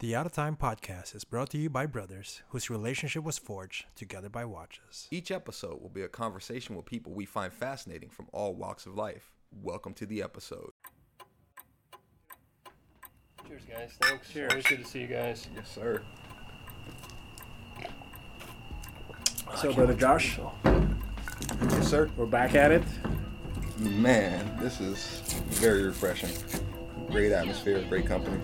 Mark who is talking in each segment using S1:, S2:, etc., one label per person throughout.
S1: The Out of Time podcast is brought to you by brothers whose relationship was forged together by watches.
S2: Each episode will be a conversation with people we find fascinating from all walks of life. Welcome to the episode.
S3: Cheers, guys. Thanks. Cheers. Always good to see you guys.
S2: Yes, sir.
S4: So, brother Josh,
S2: Yes, sir.
S4: we're back at it.
S2: Man, this is very refreshing. Great atmosphere, great company,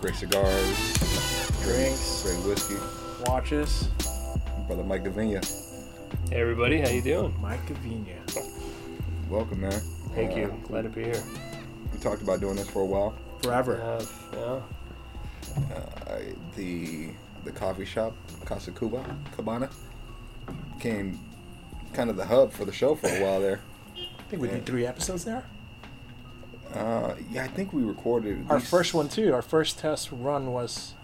S2: great cigars,
S4: Drinks,
S2: great whiskey.
S4: watches,
S2: Brother Mike Davina,
S3: Hey, everybody. How you doing?
S4: Mike Cavina.
S2: welcome, man.
S3: Thank you. Glad to be here.
S2: We talked about doing this for a while.
S4: Forever.
S3: Uh, yeah.
S2: I, Uh, the the coffee shop Casa Cuba Cabana became kind of the hub for the show for a while there.
S4: I think we did three episodes there.
S2: Uh, yeah, I think we recorded at
S4: Our
S2: least-
S4: first one, too. Our first test run was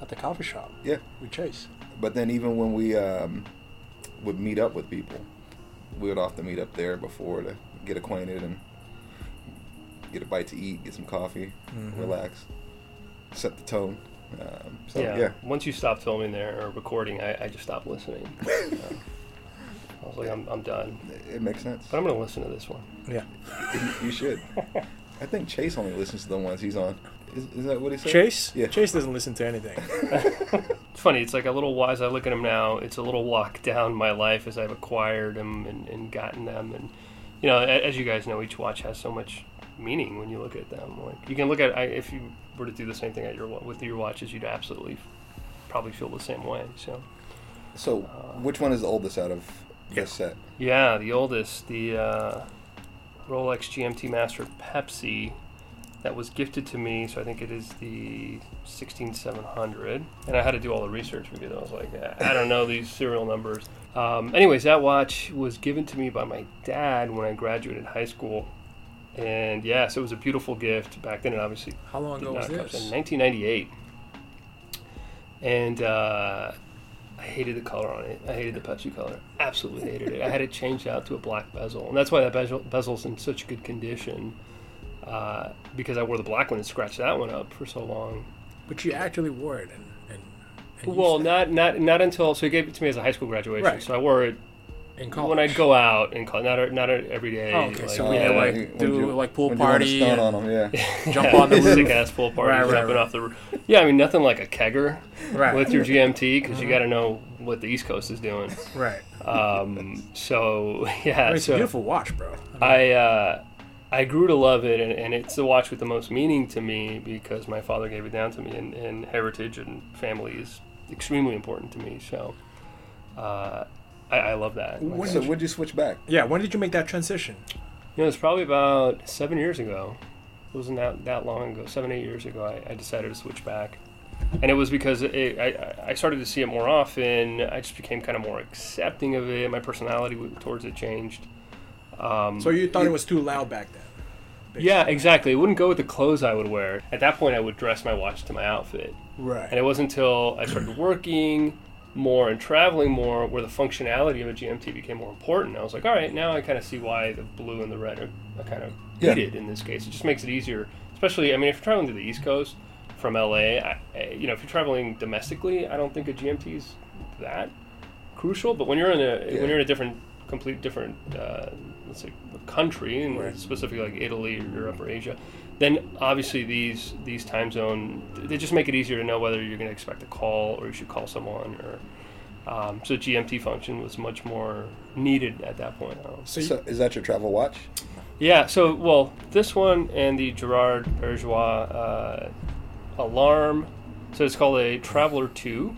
S4: at the coffee shop
S2: Yeah,
S4: with Chase.
S2: but then even when we um, would meet up with people, we would often meet up there before to get acquainted and get a bite to eat, get some coffee,
S4: Mm-hmm.
S2: relax, set the tone. Um, so
S3: yeah.
S2: yeah,
S3: Once you stopped filming there or recording, I, I just stopped listening. Uh, I was like, I'm, I'm done.
S2: it- it makes sense.
S3: But I'm going to listen to this one.
S4: Yeah.
S2: You should. I think Chase only listens to the ones he's on. Is, is that what he said?
S4: Chase?
S2: Yeah.
S4: Chase doesn't listen to anything.
S3: It's funny. It's like a little wise. I look at them now. It's a little walk down my life as I've acquired them and, and gotten them. And, you know, a- as you guys know, each watch has so much meaning when you look at them. Like, you can look at, I, if you were to do the same thing at your, wa- with your watches, you'd absolutely probably feel the same way. So,
S2: So, which one is the oldest out of this set?
S3: Yeah, the oldest, the uh, Rolex GMT Master Pepsi, that was gifted to me. So I think it is the 16700. And I had to do all the research because I was like, I I don't know these serial numbers. Um, anyways, that watch was given to me by my dad when I graduated high school. And yeah, so it was a beautiful gift back then. It obviously
S4: How long ago was
S3: did not
S4: this?
S3: come- In 1998. And uh, I hated the color on it. I hated the Pepsi color. Absolutely hated it. I had it changed out to a black bezel, and that's why that bezel, bezel's in such good condition. Uh, because I wore the black one and scratched that one up for so long.
S4: But you actually wore it. And, and, and
S3: Well,
S4: used
S3: not not not until so he gave it to me as a high school graduation.
S4: Right.
S3: So I wore it
S4: it in college.
S3: when I'd go out and call, not not every day.
S4: Oh, okay, so we
S3: yeah,
S4: had, like,
S2: Uh, when
S4: do,
S2: you-
S4: like, pool
S2: when you wanna
S4: party
S2: stunt
S4: and-
S2: on him, yeah.
S4: jump on the
S3: sick
S4: roof.
S3: ass pool party,
S4: Right, right,
S3: jumping
S4: right.
S3: off the. roo- Yeah, I mean nothing like a kegger
S4: Right. Uh-huh.
S3: with your GMT because you got to know what the East Coast is doing.
S4: Right.
S3: Um, so yeah,
S4: I mean, it's
S3: so
S4: a beautiful watch, bro.
S3: I uh, I grew to love it, and, and it's the watch with the most meaning to me because my father gave it down to me, and, and heritage and family is extremely important to me. So uh, I, I love that. Like,
S4: When
S2: so,
S4: did you,
S2: would you switch back?
S4: yeah, when did you make that transition?
S3: You know, it's probably about seven years ago. It wasn't that, that long ago, seven, eight years ago, I, I decided to switch back. And it was because it, I, I started to see it more often. I just became kind of more accepting of it. My personality w- towards it changed. Um,
S4: So you thought it was too loud back then?
S3: yeah, exactly. It wouldn't go with the clothes I would wear. At that point, I would dress my watch to my outfit. And
S4: Right.
S3: it wasn't until I started working more and traveling more where the functionality of a GMT became more important. I was like, all right, now I kind of see why the blue and the red are, are kind of
S2: Yeah.
S3: needed in this case. It just makes it easier, especially, I mean, if you're traveling to the East Coast from LA, I, I- you know, if you're traveling domestically, I don't think a GMT is that crucial. But when you're in a
S2: Yeah.
S3: when you're in a different, complete different, uh, let's say, country, and
S4: Right.
S3: specifically like Italy or Europe or Asia, then obviously these these time zone they just make it easier to know whether you're going to expect a call or you should call someone or. Um, so GMT function was much more needed at that point. Um,
S4: So, you,
S2: So, is that your travel watch?
S3: yeah, so, well, this one and the Gerard Bergeois uh, alarm. So it's called a Traveler 2,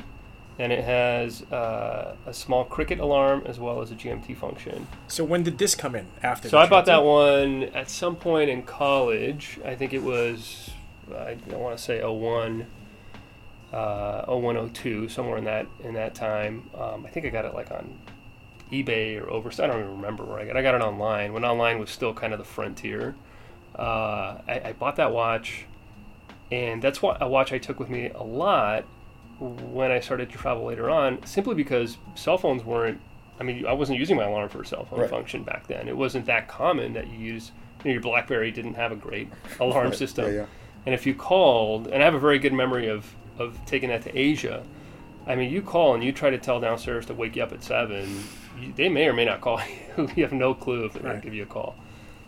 S3: and it has uh, a small cricket alarm as well as a GMT function.
S4: so when did this come in after
S3: So
S4: the
S3: I bought that
S4: transition?
S3: one at some point in college. I think it was, I don't want to say 01, uh, 01, 02, somewhere in that in that time. Um, I think I got it like on eBay or over. I don't even remember where I got. it. I got it online when online was still kind of the frontier. Uh, I, I bought that watch, and that's what a watch I took with me a lot when I started to travel later on, simply because cell phones weren't. I mean, I wasn't using my alarm for a cell phone
S2: Right.
S3: function back then. It wasn't that common that you use. You know, your BlackBerry didn't have a great alarm
S2: Right,
S3: system.
S2: yeah,
S3: And if you called, and I have a very good memory of, of taking that to Asia, I mean, you call and you try to tell downstairs to wake you up at seven, you, they may or may not call you. you have no clue if they're going
S1: Right.
S3: to give you a call.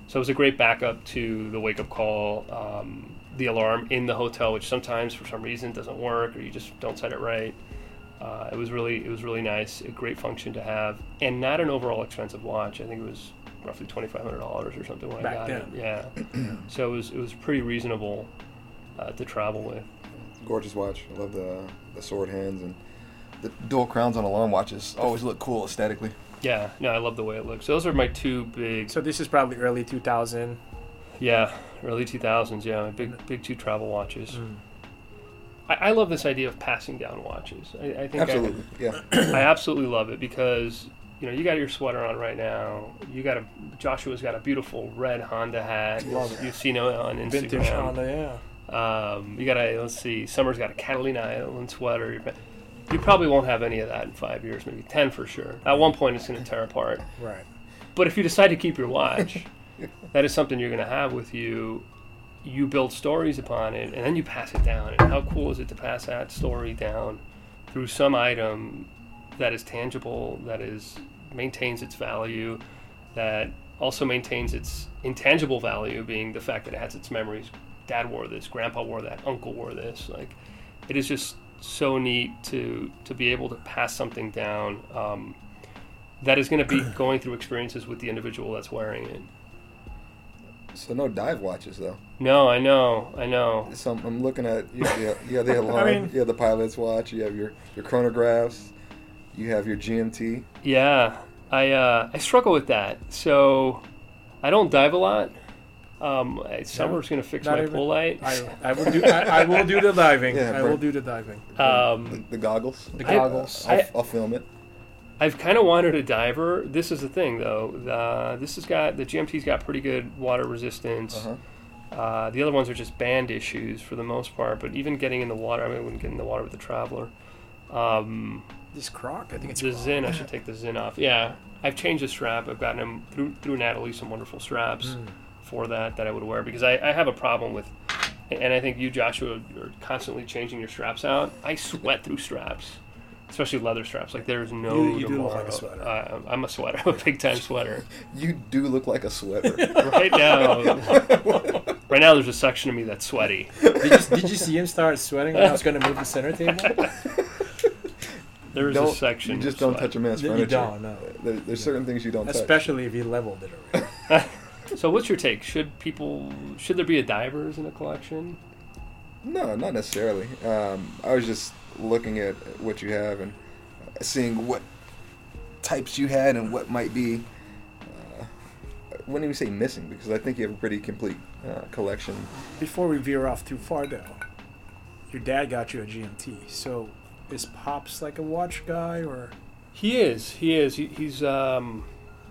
S3: So it was a great backup to the wake up call, um, the alarm in the hotel, which sometimes for some reason doesn't work or you just don't set it right. Uh, it was really it was really nice, a great function to have, and not an overall expensive watch. I think it was roughly twenty five hundred dollars or something when
S4: Back
S3: I got
S4: then.
S3: it. Yeah, so it was it was pretty reasonable uh, to travel with.
S2: Gorgeous watch. I love the the sword hands and the dual crowns on alarm watches always look cool aesthetically.
S3: Yeah, no, I love the way it looks. Those are my two big,
S5: So this is probably early 2000.
S3: yeah, early two thousands. Yeah, my
S4: Mm.
S3: big big two travel watches. I, I love this idea of passing down watches. I, I think I-
S2: Absolutely, yeah.
S3: I absolutely love it because you know you got your sweater on right now. You got a Joshua's got a beautiful red Honda hat.
S4: Love it.
S3: You've seen it on Instagram.
S4: Vintage Honda, yeah.
S3: Um, you got a let's see. Summer's got a Catalina Island sweater. You probably won't have any of that in five years, maybe ten for sure. At one point, it's going to tear apart.
S4: Right.
S3: But if you decide to keep your watch, that is something you're going to have with you. You build stories upon it, and then you pass it down. And how cool is it to pass that story down through some item that is tangible, that is maintains its value, that also maintains its intangible value, being the fact that it has its memories. Dad wore this, Grandpa wore that, Uncle wore this. Like, it is just so neat to to be able to pass something down. Um, that is going to be going through experiences with the individual that's wearing it.
S2: So no dive watches though.
S3: No, I know, I know.
S2: So I'm, I'm looking at you, you, have, you have the alarm,
S5: mean-
S2: you have the pilot's watch, you have your your chronographs, you have your GMT.
S3: Yeah, I uh, I struggle with that. So I don't dive a lot. Um, I- summer's going to fix
S5: not
S3: my
S5: even-
S3: pull light.
S5: I, I will do I, I will do the diving.
S2: Yeah,
S5: I will
S2: Bert.
S5: do the diving.
S2: the,
S3: Um,
S2: the goggles.
S5: The
S3: I-
S5: goggles.
S2: I'll,
S3: I-
S2: I'll film it.
S3: I've kind of wanted a diver. This is the thing, though. Uh, this has got the GMT's got pretty good water resistance.
S2: Uh-huh.
S3: Uh, the other ones are just band issues for the most part. But even getting in the water, I mean, I wouldn't get in the water with the Traveler. Um,
S5: this croc, I think it's
S3: the
S5: croc.
S3: Zin. I should take the Zin off. Yeah, I've changed the strap. I've gotten him through through Natalie some wonderful straps
S1: Hmm.
S3: for that that I would wear because I, I have a problem with, and I think you Joshua are constantly changing your straps out. I sweat through straps, especially leather straps. Like there's no
S1: You- you do look like a
S3: tomorrow.
S1: sweater.
S3: Uh, I'm a sweater. I'm a big time sweater
S2: You do look like a sweater.
S3: right now. right now, there's a section of me that's sweaty.
S4: Did you, did you see him start sweating when I was going to move the center table?
S3: There's a
S2: Don't-
S3: section.
S2: You just
S3: of
S2: don't
S3: sweat.
S2: touch a man's furniture.
S4: you don't, no.
S2: There, there's certain things you don't touch.
S4: Especially if he leveled it already.
S3: So, what's your take? Should people? Should there be a divers in a collection?
S2: No, not necessarily. Um, I was just looking at what you have and uh, seeing what types you had and what might be. Uh, I wouldn't even say missing because I think you have a pretty complete uh, collection.
S5: Before we veer off too far, though, your dad got you a GMT. So is Pops like a watch guy or?
S3: He is. He is. He, he's. Um,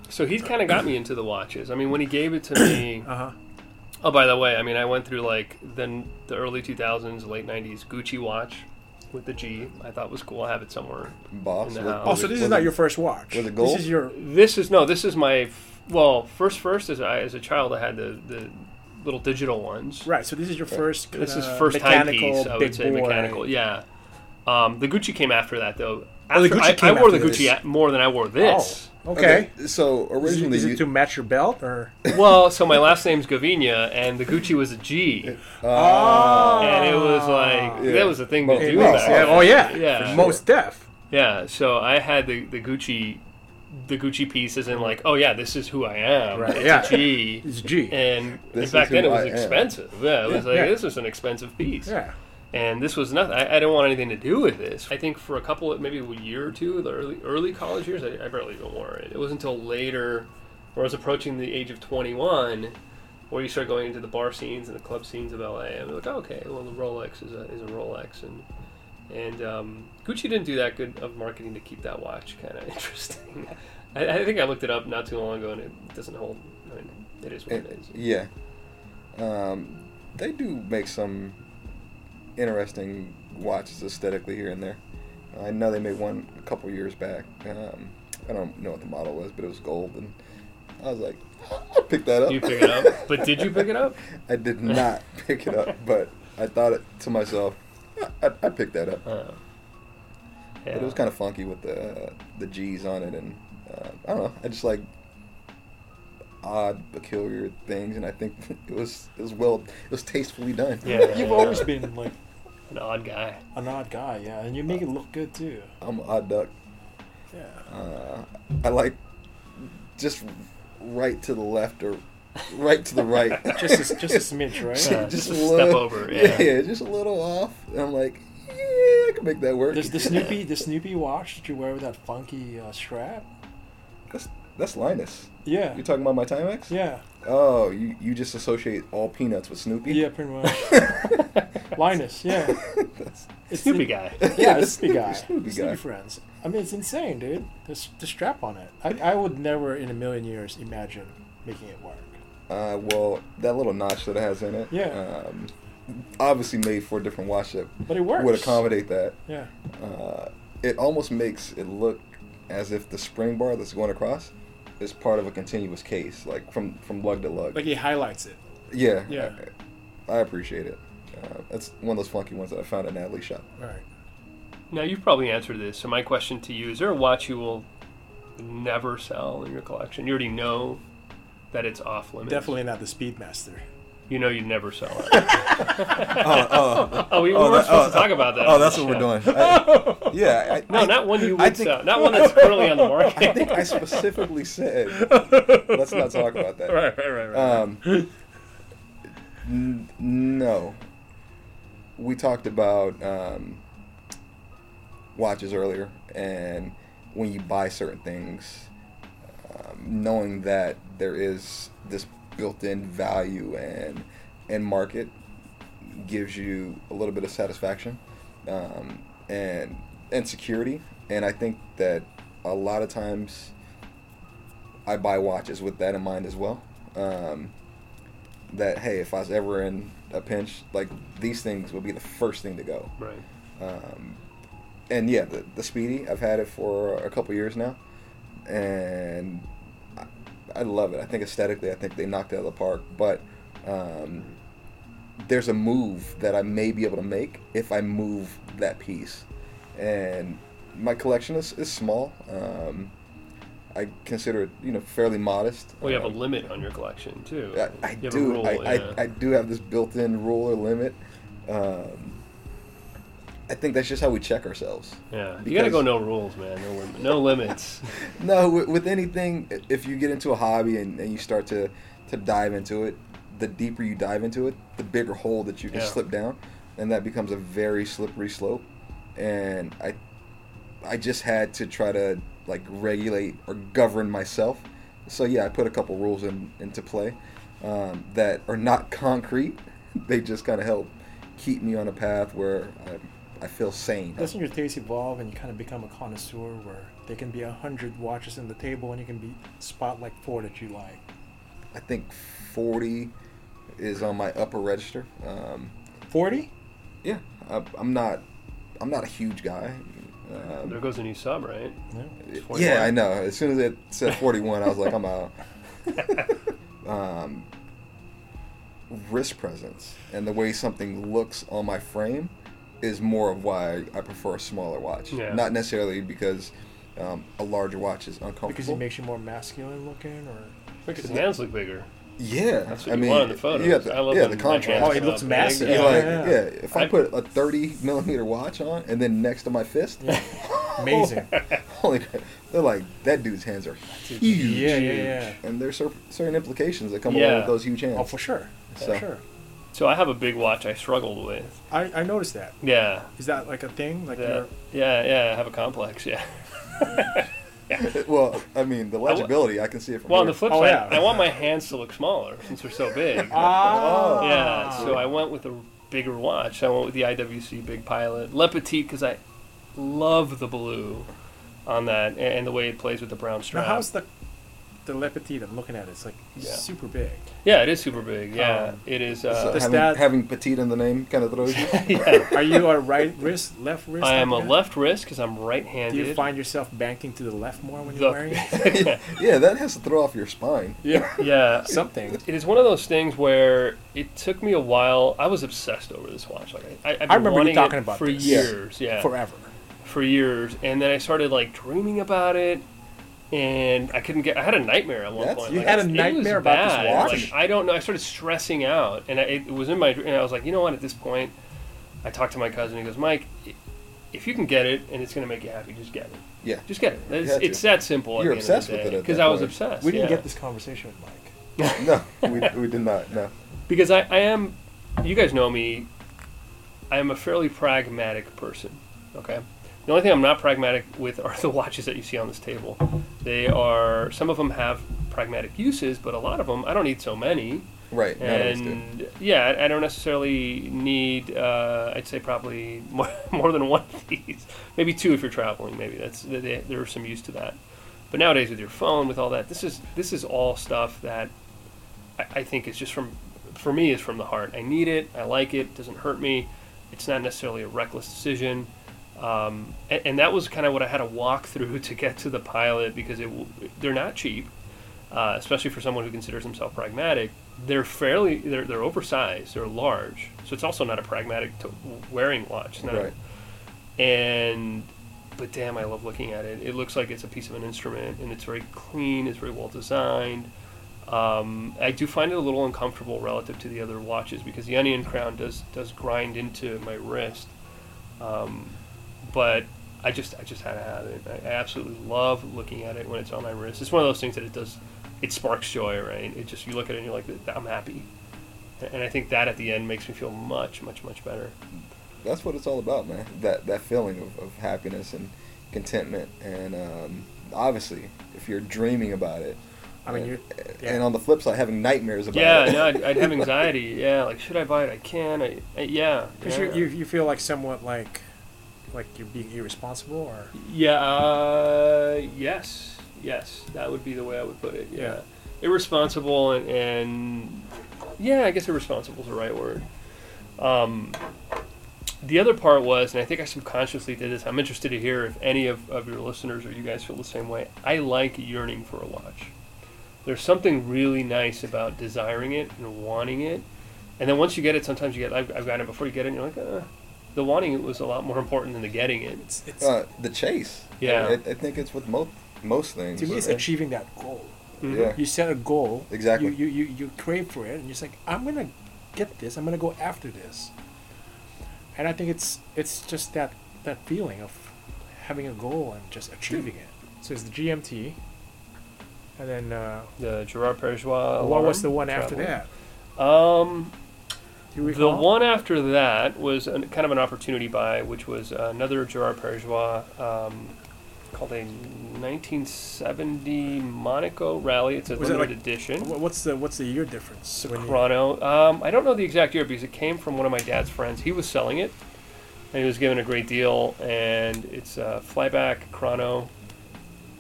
S3: so he's kind of got me into the watches. I mean, when he gave it to me.
S5: Uh huh.
S3: Oh, by the way, I mean I went through like the the early two thousands, late nineties Gucci watch with the G. I thought was cool. I have it somewhere.
S2: Boss.
S3: No.
S2: was-
S3: Oh,
S5: Oh,
S2: was
S5: so
S2: it-
S5: this is
S2: was
S5: not
S2: it-
S5: your first watch.
S2: was
S5: This
S2: it gold?
S5: is your.
S3: This is no. This is my. f- Well, first, first as I as a child, I had the the little digital ones.
S5: Right, so this is your first.
S3: This is
S5: kinda
S3: first
S5: mechanical
S3: timepiece. I
S5: big
S3: would say
S5: boy.
S3: mechanical. Yeah. Um, the Gucci came after that though.
S5: Oh, the
S3: After-
S5: Gucci
S3: I,
S5: came
S3: I wore
S5: after
S3: the Gucci
S5: this.
S3: a- more than I wore this.
S5: Oh, okay.
S2: So
S5: Is it-
S2: originally,
S5: is
S2: you-
S5: it to match your belt or?
S3: Well, so my last name's Gavinia, and the Gucci was a G.
S5: Oh,
S3: and it was like
S2: Ah. Yeah.
S3: that was the thing
S2: Well,
S3: to do
S2: yeah,
S3: back
S2: yeah.
S3: then.
S5: oh yeah,
S3: Yeah.
S5: For most deaf.
S3: Yeah, so I had the, the Gucci, the Gucci pieces, and like, oh yeah, this is who I am.
S5: Right,
S3: It's
S5: yeah.
S3: a G.
S5: It's G.
S3: And
S2: This
S3: back
S2: is
S3: then
S2: who
S3: it was
S2: I am.
S3: expensive. Yeah, it was like
S5: yeah.
S3: this is an expensive piece.
S5: Yeah,
S3: And this was nothing. I, I didn't want anything to do with this. I think for a couple, of, maybe a year or two, the early early college years, I, I barely even wore it. It was until later, where I was approaching the age of twenty one, where you start going into the bar scenes and the club scenes of LA, and I'm like, oh, okay, well, the Rolex is a is a Rolex, and and um, Gucci didn't do that good of marketing to keep that watch kind of interesting. I, I think I looked it up not too long ago, and it doesn't hold. I mean, it is what it
S2: it-
S3: is.
S2: yeah, um, they do make some interesting watches aesthetically here and there. I know they made one a couple years back. Um, I don't know what the model was, but it was gold and I was like, I picked that up.
S3: You pick it up. But did you pick it up?
S2: I did not pick it up, but I thought it to myself, "Yeah, I, I picked that up.
S3: Uh, yeah.
S2: But it was kind of funky with the uh, the G's on it, and uh, I don't know. I just like odd, peculiar things, and I think it was it was well, it was tastefully done.
S3: Yeah.
S4: You've always been like
S3: an odd guy.
S4: an odd guy, yeah, and you make it look good too.
S2: I'm an odd duck.
S4: Yeah.
S2: Uh, I like just right to the left or right to the right.
S4: Just a, just a smidge, right?
S3: Yeah,
S2: just
S3: just
S2: a
S3: a
S2: little-
S3: step over.
S2: yeah.
S3: Yeah.
S2: just a little off. And I'm like, yeah, I can make that work.
S4: Does the Snoopy the Snoopy watch that you wear with that funky uh, strap?
S2: That's that's Linus.
S4: Yeah.
S2: You talking about my Timex?
S4: Yeah.
S2: Oh, you you just associate all peanuts with Snoopy?
S4: Yeah, pretty much. Linus, yeah.
S2: That's-
S4: It's
S3: Snoopy guy.
S4: Yeah,
S2: the
S4: the Snoopy guy.
S2: Snoopy
S4: Snoopy,
S2: guy.
S4: friends. I mean, it's insane, dude. There's the strap on it. I, I would never in a million years imagine making it work.
S2: Uh, well, that little notch that it has in it.
S4: Yeah.
S2: Um, obviously made for a different watch that
S4: But it works.
S2: would accommodate that.
S4: Yeah.
S2: Uh, it almost makes it look as if the spring bar that's going across is part of a continuous case, like from from lug to lug.
S5: Like he highlights it.
S2: yeah.
S5: Yeah.
S2: I, I appreciate it. Uh, that's one of those funky ones that I found at Natalie's shop.
S5: Right.
S3: Now you've probably answered this, so my question to you is: There a watch you will never sell in your collection? You already know that it's off limits.
S5: Definitely not the Speedmaster.
S3: You know you'd never sell it.
S2: Oh, oh,
S3: oh, we, we
S2: Oh,
S3: weren't
S2: that- oh,
S3: supposed to talk about that.
S2: oh,
S3: on
S2: that's
S3: the
S2: what we're
S3: show.
S2: doing. I- yeah. I,
S3: No,
S2: I,
S3: not one you
S2: I
S3: would
S2: think-
S3: sell. Not one that's currently on the market.
S2: I think I specifically said let's not talk about that.
S3: right, right, right, right.
S4: Uh,
S2: Um, n- no. We talked about um, watches earlier, and when you buy certain things, um, knowing that there is this built-in value and and market gives you a little bit of satisfaction um, and and security. And I think that a lot of times I buy watches with that in mind as well. Um, that hey, if I was ever in a pinch, like these things would be the first thing to go.
S3: right.
S2: Um, and yeah, the, the Speedy, I've had it for a couple years now, and I, I love it. I think aesthetically, I think they knocked it out of the park. But um, there's a move that I may be able to make if I move that piece, and my collection is, is small. Um, I consider it, you know, fairly modest.
S3: Well, you have a
S2: Um,
S3: limit on your collection too.
S2: I, I
S3: You have a
S2: do.
S3: rule,
S2: I,
S3: yeah.
S2: I, I do have this built-in rule or limit. Um, I think that's just how we check ourselves.
S3: Yeah. You gotta
S2: because-
S3: go no rules, man. No, lim- no limits.
S2: No, with, with anything, i- if you get into a hobby and, and you start to, to dive into it, the deeper you dive into it, the bigger hole that you can
S3: Yeah.
S2: slip down, and that becomes a very slippery slope. And I, I just had to try to like regulate or govern myself. So yeah, I put a couple rules in, into play um, that are not concrete. They just kind of help keep me on a path where I, I feel sane.
S4: Doesn't your taste evolve and you kind of become a connoisseur where there can be a hundred watches on the table and you can be spot like four that you like?
S2: I think 40 is on my upper register. Um,
S4: Forty?
S2: yeah, I, I'm not, I'm not a huge guy. Um,
S3: there goes a new sub, right?
S4: No.
S3: it's 41.
S2: yeah, I know. As soon as it said 41, I was like, I'm out. um, wrist presence and the way something looks on my frame is more of why I prefer a smaller watch.
S3: Yeah.
S2: Not necessarily because um, a larger watch is uncomfortable.
S4: Because it makes you more masculine looking or
S3: Makes his hands look bigger.
S2: yeah,
S3: That's what
S2: I
S3: you
S2: mean,
S3: want in the photos.
S2: Yeah, the,
S3: I love
S2: yeah,
S3: when
S2: the
S3: my
S2: contrast.
S3: hands
S5: Oh, it
S3: come
S5: looks
S3: up big.
S5: massive.
S2: You're
S3: Yeah.
S2: like,
S4: Yeah.
S2: yeah. If I,
S3: I-
S2: put a 30 millimeter watch on and then next to my fist,
S4: amazing.
S2: holy crap, they're like, that dude's hands are huge.
S4: Yeah, yeah, yeah.
S2: And there's cer- certain implications that come along
S3: Yeah.
S2: with those huge hands.
S4: Oh for sure.
S2: So-
S4: For sure.
S3: So I have a big watch I struggled with.
S5: I, I noticed that.
S3: Yeah.
S5: Is that like a thing? Like
S3: That,
S5: you're,
S3: yeah, yeah, I have a complex, yeah.
S2: well, I mean, the legibility, I can see it from
S3: Well, on
S2: here.
S3: the flip
S5: Oh,
S3: side,
S5: yeah.
S3: I want my hands to look smaller since they're so big.
S5: ah,
S3: Yeah, so I went with a bigger watch. I went with the IWC Big Pilot. Le Petit, because I love the blue on that a- and the way it plays with the brown
S5: now
S3: strap.
S5: how's the the lepetite I'm looking at it's like
S3: Yeah.
S5: super big.
S3: Yeah, it is super big. Yeah,
S5: Um,
S3: it is.
S2: So
S3: Uh,
S5: this
S2: having,
S5: dad-
S2: having petite in the name kind of throws you.
S3: yeah.
S5: Are you a right wrist, left wrist?
S3: I
S5: type
S3: am a
S5: of guy?
S3: left wrist because I'm
S5: Do you
S3: right-handed.
S5: find yourself banking to the left more when you're
S3: The-
S5: wearing it?
S2: yeah, that has to throw off your spine.
S5: Yeah,
S3: yeah,
S5: something.
S3: it is one of those things where it took me a while. I was obsessed over this watch. Like I, I've been
S5: I remember you
S3: wanting
S5: talking
S3: it
S5: about
S3: for
S5: this.
S3: years. Yeah, for,
S5: Forever.
S3: years. And then I started like dreaming about it, and I couldn't get. I had a nightmare at one
S2: That's-
S3: point.
S2: you
S3: Like,
S5: had a
S3: it was
S5: nightmare about this
S3: bad.
S5: watch?
S3: Like, I don't know. I started stressing out, and I, it was in my. dr- And I was like, you know what? At this point, I talked to my cousin. He goes, Mike. If you can get it and it's going to make you happy, just get it.
S2: Yeah.
S3: Just get it. It's,
S2: Gotcha.
S3: it's that simple. at
S2: You're
S3: the end of the
S2: obsessed with
S3: day,
S2: it at that
S3: I was
S2: point.
S3: obsessed.
S4: We didn't
S3: yeah.
S4: get this conversation with Mike.
S2: No, we, we did not. No.
S3: because I, I am you guys know me i am a fairly pragmatic person okay the only thing i'm not pragmatic with are the watches that you see on this table they are some of them have pragmatic uses but a lot of them i don't need so many
S2: Right. None of us do.
S3: and yeah i I don't necessarily need uh, i'd say probably more, more than one of these maybe two if you're traveling maybe that's they, there's some use to that but nowadays with your phone with all that this is this is all stuff that I, I think is just from for me is from the heart i need it i like it, it doesn't hurt me it's not necessarily a reckless decision um, and, and that was kind of what i had to walk through to get to the pilot because it w- they're not cheap uh, especially for someone who considers himself pragmatic, they're fairly they're, they're oversized, they're large. So it's also not a pragmatic to wearing watch. It's not-
S2: Right.
S3: And but damn, I love looking at it. It looks like it's a piece of an instrument, and it's very clean. It's very well designed. Um, I do find it a little uncomfortable relative to the other watches because the onion crown does does grind into my wrist. Um, but I just I just had to have it. I, I absolutely love looking at it when it's on my wrist. It's one of those things that it does it sparks joy, right? It just you look at it and you're like I'm happy. And I think that at the end makes me feel much, much, much better.
S2: That's what it's all about, man. That that feeling of, of happiness and contentment, and um, obviously, if you're dreaming about it,
S5: I mean,
S2: and,
S5: you're, yeah.
S2: and on the flip side, having nightmares about
S3: yeah,
S2: it.
S3: no, I'd, I'd have anxiety. Yeah, like should I buy it? I can. I, I yeah.
S5: Because
S3: yeah.
S5: you, you, you feel like somewhat like like you're being irresponsible or
S3: Yeah. Uh, yes. Yes. That would be the way I would put it. Yeah. Irresponsible and, and yeah, I guess irresponsible is the right word. Um, the other part was, and I think I subconsciously did this. I'm interested to hear if any of, of your listeners or you guys feel the same way. I like yearning for a watch. There's something really nice about desiring it and wanting it. And then once you get it, sometimes you get, I've, I've gotten it before you get it, and you're like, uh, the wanting it was a lot more important than the getting it.
S4: It's, it's
S2: Uh, the chase.
S3: Yeah.
S2: I, I think it's with most most things.
S4: to me, it's
S2: right?
S4: achieving that goal.
S3: Mhm.
S2: Yeah.
S4: You set a goal.
S2: Exactly.
S4: You, you, you, you crave for it, and you're just like, I'm gonna get this. I'm gonna go after this.
S5: and I think it's it's just that that feeling of having a goal and just achieving it. So it's the GMT, and then uh,
S3: The Gerard Perjois.
S5: what was
S3: alarm
S5: the one after
S3: Uh, travel.
S5: that?
S3: Um,
S5: Do you
S3: the
S5: recall?
S3: one after that was an, kind of an opportunity buy, which was another Gerard Perjois um, called a 1970 Monaco Rally. It's a
S5: Was it
S3: limited
S5: like-
S3: edition.
S5: Wha- What's the what's the year difference? when you-
S3: Chrono. Um, I don't know the exact year because it came from one of my dad's friends. He was selling it, and he was given a great deal. And it's a flyback Chrono.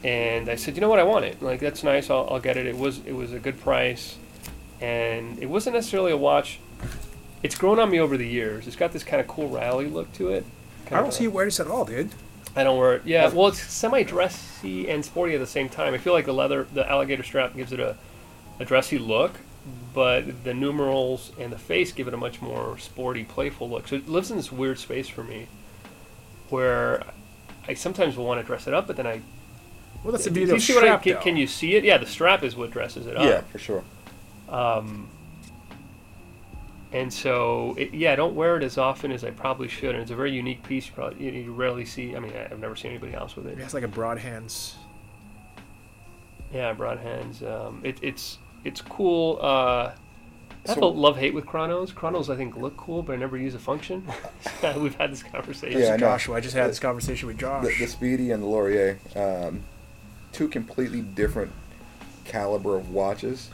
S3: And I said, you know what, I want it. Like that's nice. I'll, I'll get it. It was it was a good price, and it wasn't necessarily a watch. It's grown on me over the years. It's got this kind of cool rally look to it.
S5: I
S3: Kind
S5: don't
S3: of
S5: see you wear this at all, dude.
S3: I don't wear it. Yeah, well, it's semi dressy and sporty at the same time. I feel like the leather, the alligator strap gives it a, a dressy look, but the numerals and the face give it a much more sporty, playful look. So it lives in this weird space for me where I sometimes will want to dress it up, but then I.
S5: Well, that's the
S3: do
S5: beauty
S3: you
S5: of
S3: see what I,
S5: strap,
S3: can,
S5: though.
S3: can you see it? Yeah, the strap is what dresses it up.
S2: yeah, for sure.
S3: Um, and so, it, yeah, I don't wear it as often as I probably should. And it's a very unique piece. You probably you, you rarely see. I mean, I- I've never seen anybody else with it.
S5: It has like a broad hands.
S3: Yeah, broad hands. Um, it, it's it's cool. Uh, I have
S2: So-
S3: a love hate with chronos. Chronos, I think, look cool, but I never use a function. We've had this conversation.
S2: Yeah, I know.
S5: Joshua, I just had this conversation with Josh.
S2: The, the Speedy and the Laurier, um, two completely different caliber of watches.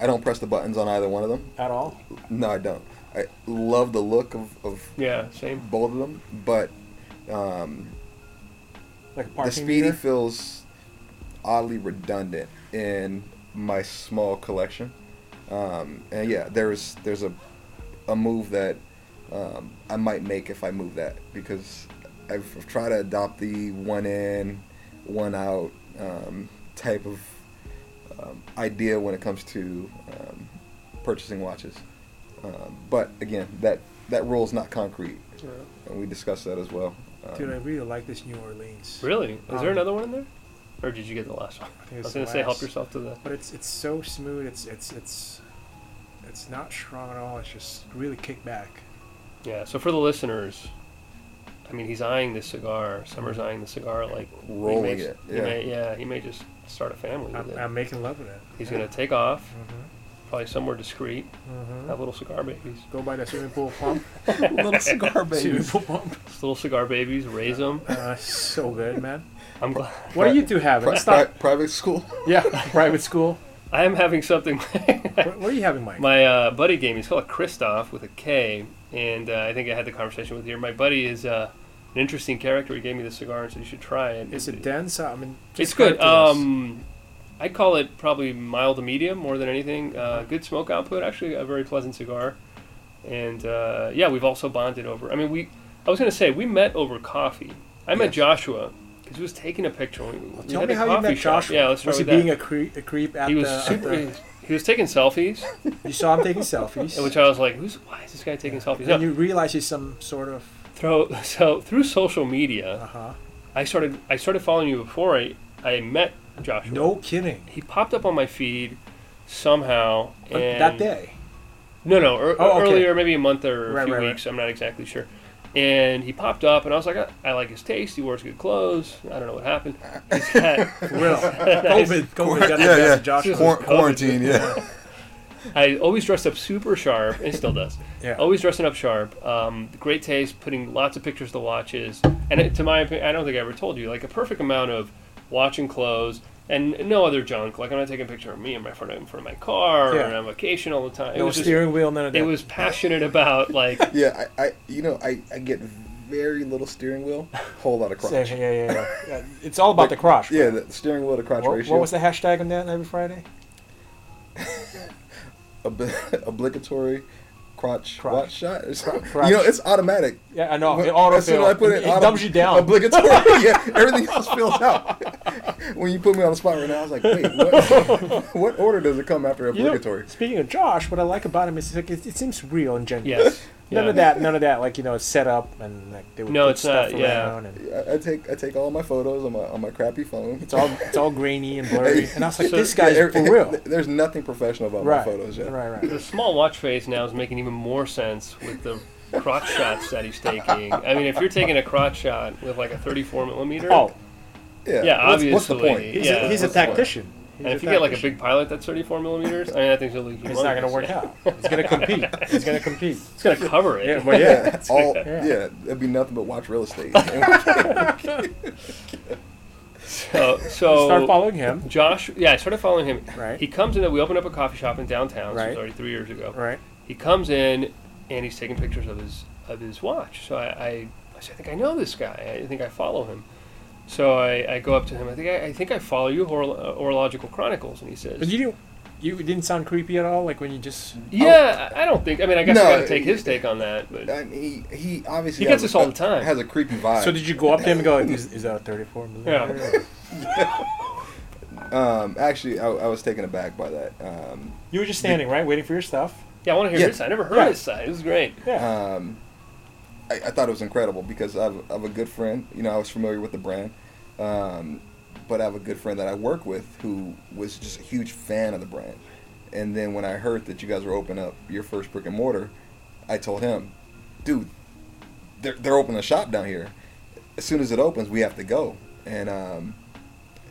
S2: I don't press the buttons on either one of them.
S4: At all?
S2: No, I don't. I love the look of, of
S3: Yeah, same.
S2: both of them, but um,
S4: Like a
S2: the
S4: parking
S2: Speedy
S4: meter?
S2: feels oddly redundant in my small collection. Um, and yeah, there's there's a a move that um, I might make if I move that because I've tried to adopt the one in, one out um, type of um, idea when it comes to um, purchasing watches. Um, but again, that that rule is not concrete,
S3: Yeah.
S2: and we discussed that as well. Um,
S4: Dude, I really like this New Orleans.
S3: Really? Is
S4: Um,
S3: there another one in there? Or did you get the last one?
S4: I
S3: I
S4: think
S3: was
S4: it's
S3: going
S4: the
S3: to say, help
S4: last-
S3: yourself to the.
S4: But it's it's so smooth. It's it's it's it's not strong at all. It's just really kick back.
S3: Yeah, so for the listeners, I mean, he's eyeing this cigar. Summer's
S4: Mm-hmm.
S3: eyeing the cigar like.
S2: Rolling
S3: he may,
S2: it,
S3: He
S2: yeah.
S3: May, yeah, he may just start a family with
S4: I'm,
S3: it.
S4: I'm making love with it.
S3: he's going to take off,
S4: Mm-hmm.
S3: probably somewhere discreet,
S4: Mm-hmm.
S3: have little cigar babies.
S5: Go by the swimming pool pump.
S2: little cigar
S5: swimming
S2: babies.
S5: pool pump.
S3: Just little cigar babies, raise them.
S4: Uh, so good, man.
S3: I'm glad.
S5: What are you two having?
S2: Pri-
S5: Let's stop.
S2: pri- private school.
S5: Yeah, private school.
S3: I am having something.
S4: what, what are you having, Mike?
S3: My uh, buddy gave me. He's called Christoph with a K, and uh, I think I had the conversation with you. My buddy is uh, an interesting character. He gave me the cigar and said you should try it.
S4: Is it dense? I mean,
S3: It's
S4: describe
S3: good.
S4: to us.
S3: Um, I'd call it probably mild to medium more than anything. Uh, good smoke output. Actually, a very pleasant cigar. And uh, yeah, we've also bonded over. I mean, we. I was gonna say we met over coffee. I met
S2: Yes.
S3: Joshua because he was taking a picture. when we, we
S4: Tell
S3: had
S4: me
S3: a
S4: how you
S3: coffee
S4: met
S3: shop.
S4: Joshua.
S3: Yeah, let's start
S4: was he
S3: with that.
S4: being a, creep, a creep at
S3: he was
S4: the? at
S3: super.
S4: the-
S3: He was taking selfies.
S4: you saw him taking selfies.
S3: In which I was like, "Who's why is this guy taking selfies?" No,
S4: And you realize he's some sort of.
S3: throw, so through social
S4: Uh
S3: media,
S4: huh.
S3: I started I started following you before I, I met Joshua.
S4: No kidding.
S3: he popped up on my feed somehow.
S4: But
S3: And
S4: Uh, that day.
S3: No, no, er,
S4: Oh, okay.
S3: earlier, maybe a month or a
S4: Right,
S3: few
S4: right, right.
S3: weeks. I'm not exactly sure. And he popped up, and I was like, I, I like his taste. He wears good clothes. I don't know what happened. He's got,
S4: Real. COVID. COVID got the
S2: Yeah,
S4: best
S2: yeah.
S4: of Joshua.
S2: Quar- quarantine. Yeah.
S3: I always dressed up super sharp, and still does.
S2: Oh,
S4: Yeah.
S3: Always dressing up sharp. Um, great taste, putting lots of pictures of the watches. And it, to my opinion, I don't think I ever told you, like a perfect amount of watch and clothes and no other junk. Like I'm not taking a picture of me in my front of, in front of my car
S4: Yeah.
S3: or on vacation all the time. It
S4: No
S3: was just,
S4: steering wheel, none of that.
S3: it was passionate about like
S2: Yeah. I, I. You know. I. I get very little steering wheel. Whole lot of crotch.
S5: Yeah, yeah, yeah, yeah. yeah. It's all about the crotch.
S2: Yeah. The steering wheel to crotch
S5: What,
S2: ratio.
S5: what was the hashtag on that every Friday?
S2: Ob- obligatory crotch,
S5: Crotch.
S2: watch shot. It's-
S5: crotch.
S2: You know, it's automatic.
S5: Yeah, I know.
S2: When-
S5: It auto
S2: as soon as I put
S5: it,
S2: auto-
S5: dumbs you down.
S2: Obligatory. yeah, everything else fills out. when you put me on the spot right now, I was like, wait, what, what order does it come after
S5: You know,
S2: obligatory?
S5: speaking of Josh, what I like about him is like it, it seems real and genuine.
S3: yes.
S5: None
S3: Yeah.
S5: of that. None of that. Like you know, set up and like they would
S3: No,
S5: put
S3: it's
S5: stuff
S3: not, yeah.
S5: around and
S2: I, I take I take all my photos on my on my crappy phone.
S5: it's all it's all grainy and blurry. And I was like,
S3: So-
S5: this guy's
S2: Yeah,
S5: for
S2: every-
S5: real.
S2: There's nothing professional about
S5: Right.
S2: my photos yet.
S5: Right. Right.
S3: The small watch phase now is making even more sense with the crotch shots that he's taking. I mean, if you're taking a crotch shot with like a 34 millimeter,
S5: Oh,
S2: Yeah.
S3: Yeah,
S2: what's, what's the
S3: obviously.
S2: point?
S5: he's
S3: Yeah,
S5: a, he's a
S2: what's the point?
S5: tactician. He's
S3: and if you get like a big pilot that's 34 millimeters, I mean, that thing's really humongous.
S5: it's not gonna work out. He's gonna compete. He's gonna compete.
S3: It's gonna cover it.
S5: Yeah, well, yeah.
S2: Yeah, all,
S5: Yeah.
S2: yeah. it'd be nothing but watch real estate.
S3: So, Uh, so
S5: Start following him.
S3: Josh, yeah, I started following him.
S5: Right.
S3: He comes in, and we opened up a coffee shop in downtown. So it
S5: Right.
S3: was already three years ago.
S5: Right.
S3: He comes in, and he's taking pictures of his of his watch. So I, I, I said, I think I know this guy. I think I follow him. So I, I go up to him. I think I, I think I follow you, Horlo- uh, Horological Chronicles, and he says,
S5: But you didn't. You didn't sound creepy at all. Like when you just.
S3: Yeah,
S4: Oh.
S3: I I don't think. I mean, I guess
S2: No,
S3: I gotta take
S2: it-
S3: his take on that. But
S2: I mean, he, he obviously
S3: He gets
S2: has
S3: this
S2: a-
S3: all the time.
S2: Has a creepy vibe.
S5: So did you go up to him and go, "Is, is that a 34 millimeter?"
S3: Yeah.
S2: Um, actually, I, I was taken aback by that. Um,
S5: You were just standing right, waiting for your stuff.
S3: yeah, I want to hear
S2: Yeah.
S3: this side. I never heard
S5: Yeah.
S3: this side. It was great.
S5: Yeah.
S2: um, I, I thought it was incredible because I have, I have a good friend. You know, I was familiar with the brand, um, but I have a good friend that I work with who was just a huge fan of the brand. And then when I heard that you guys were opening up your first brick and mortar, I told him, "Dude, they're they're opening a shop down here. As soon as it opens, we have to go." And um,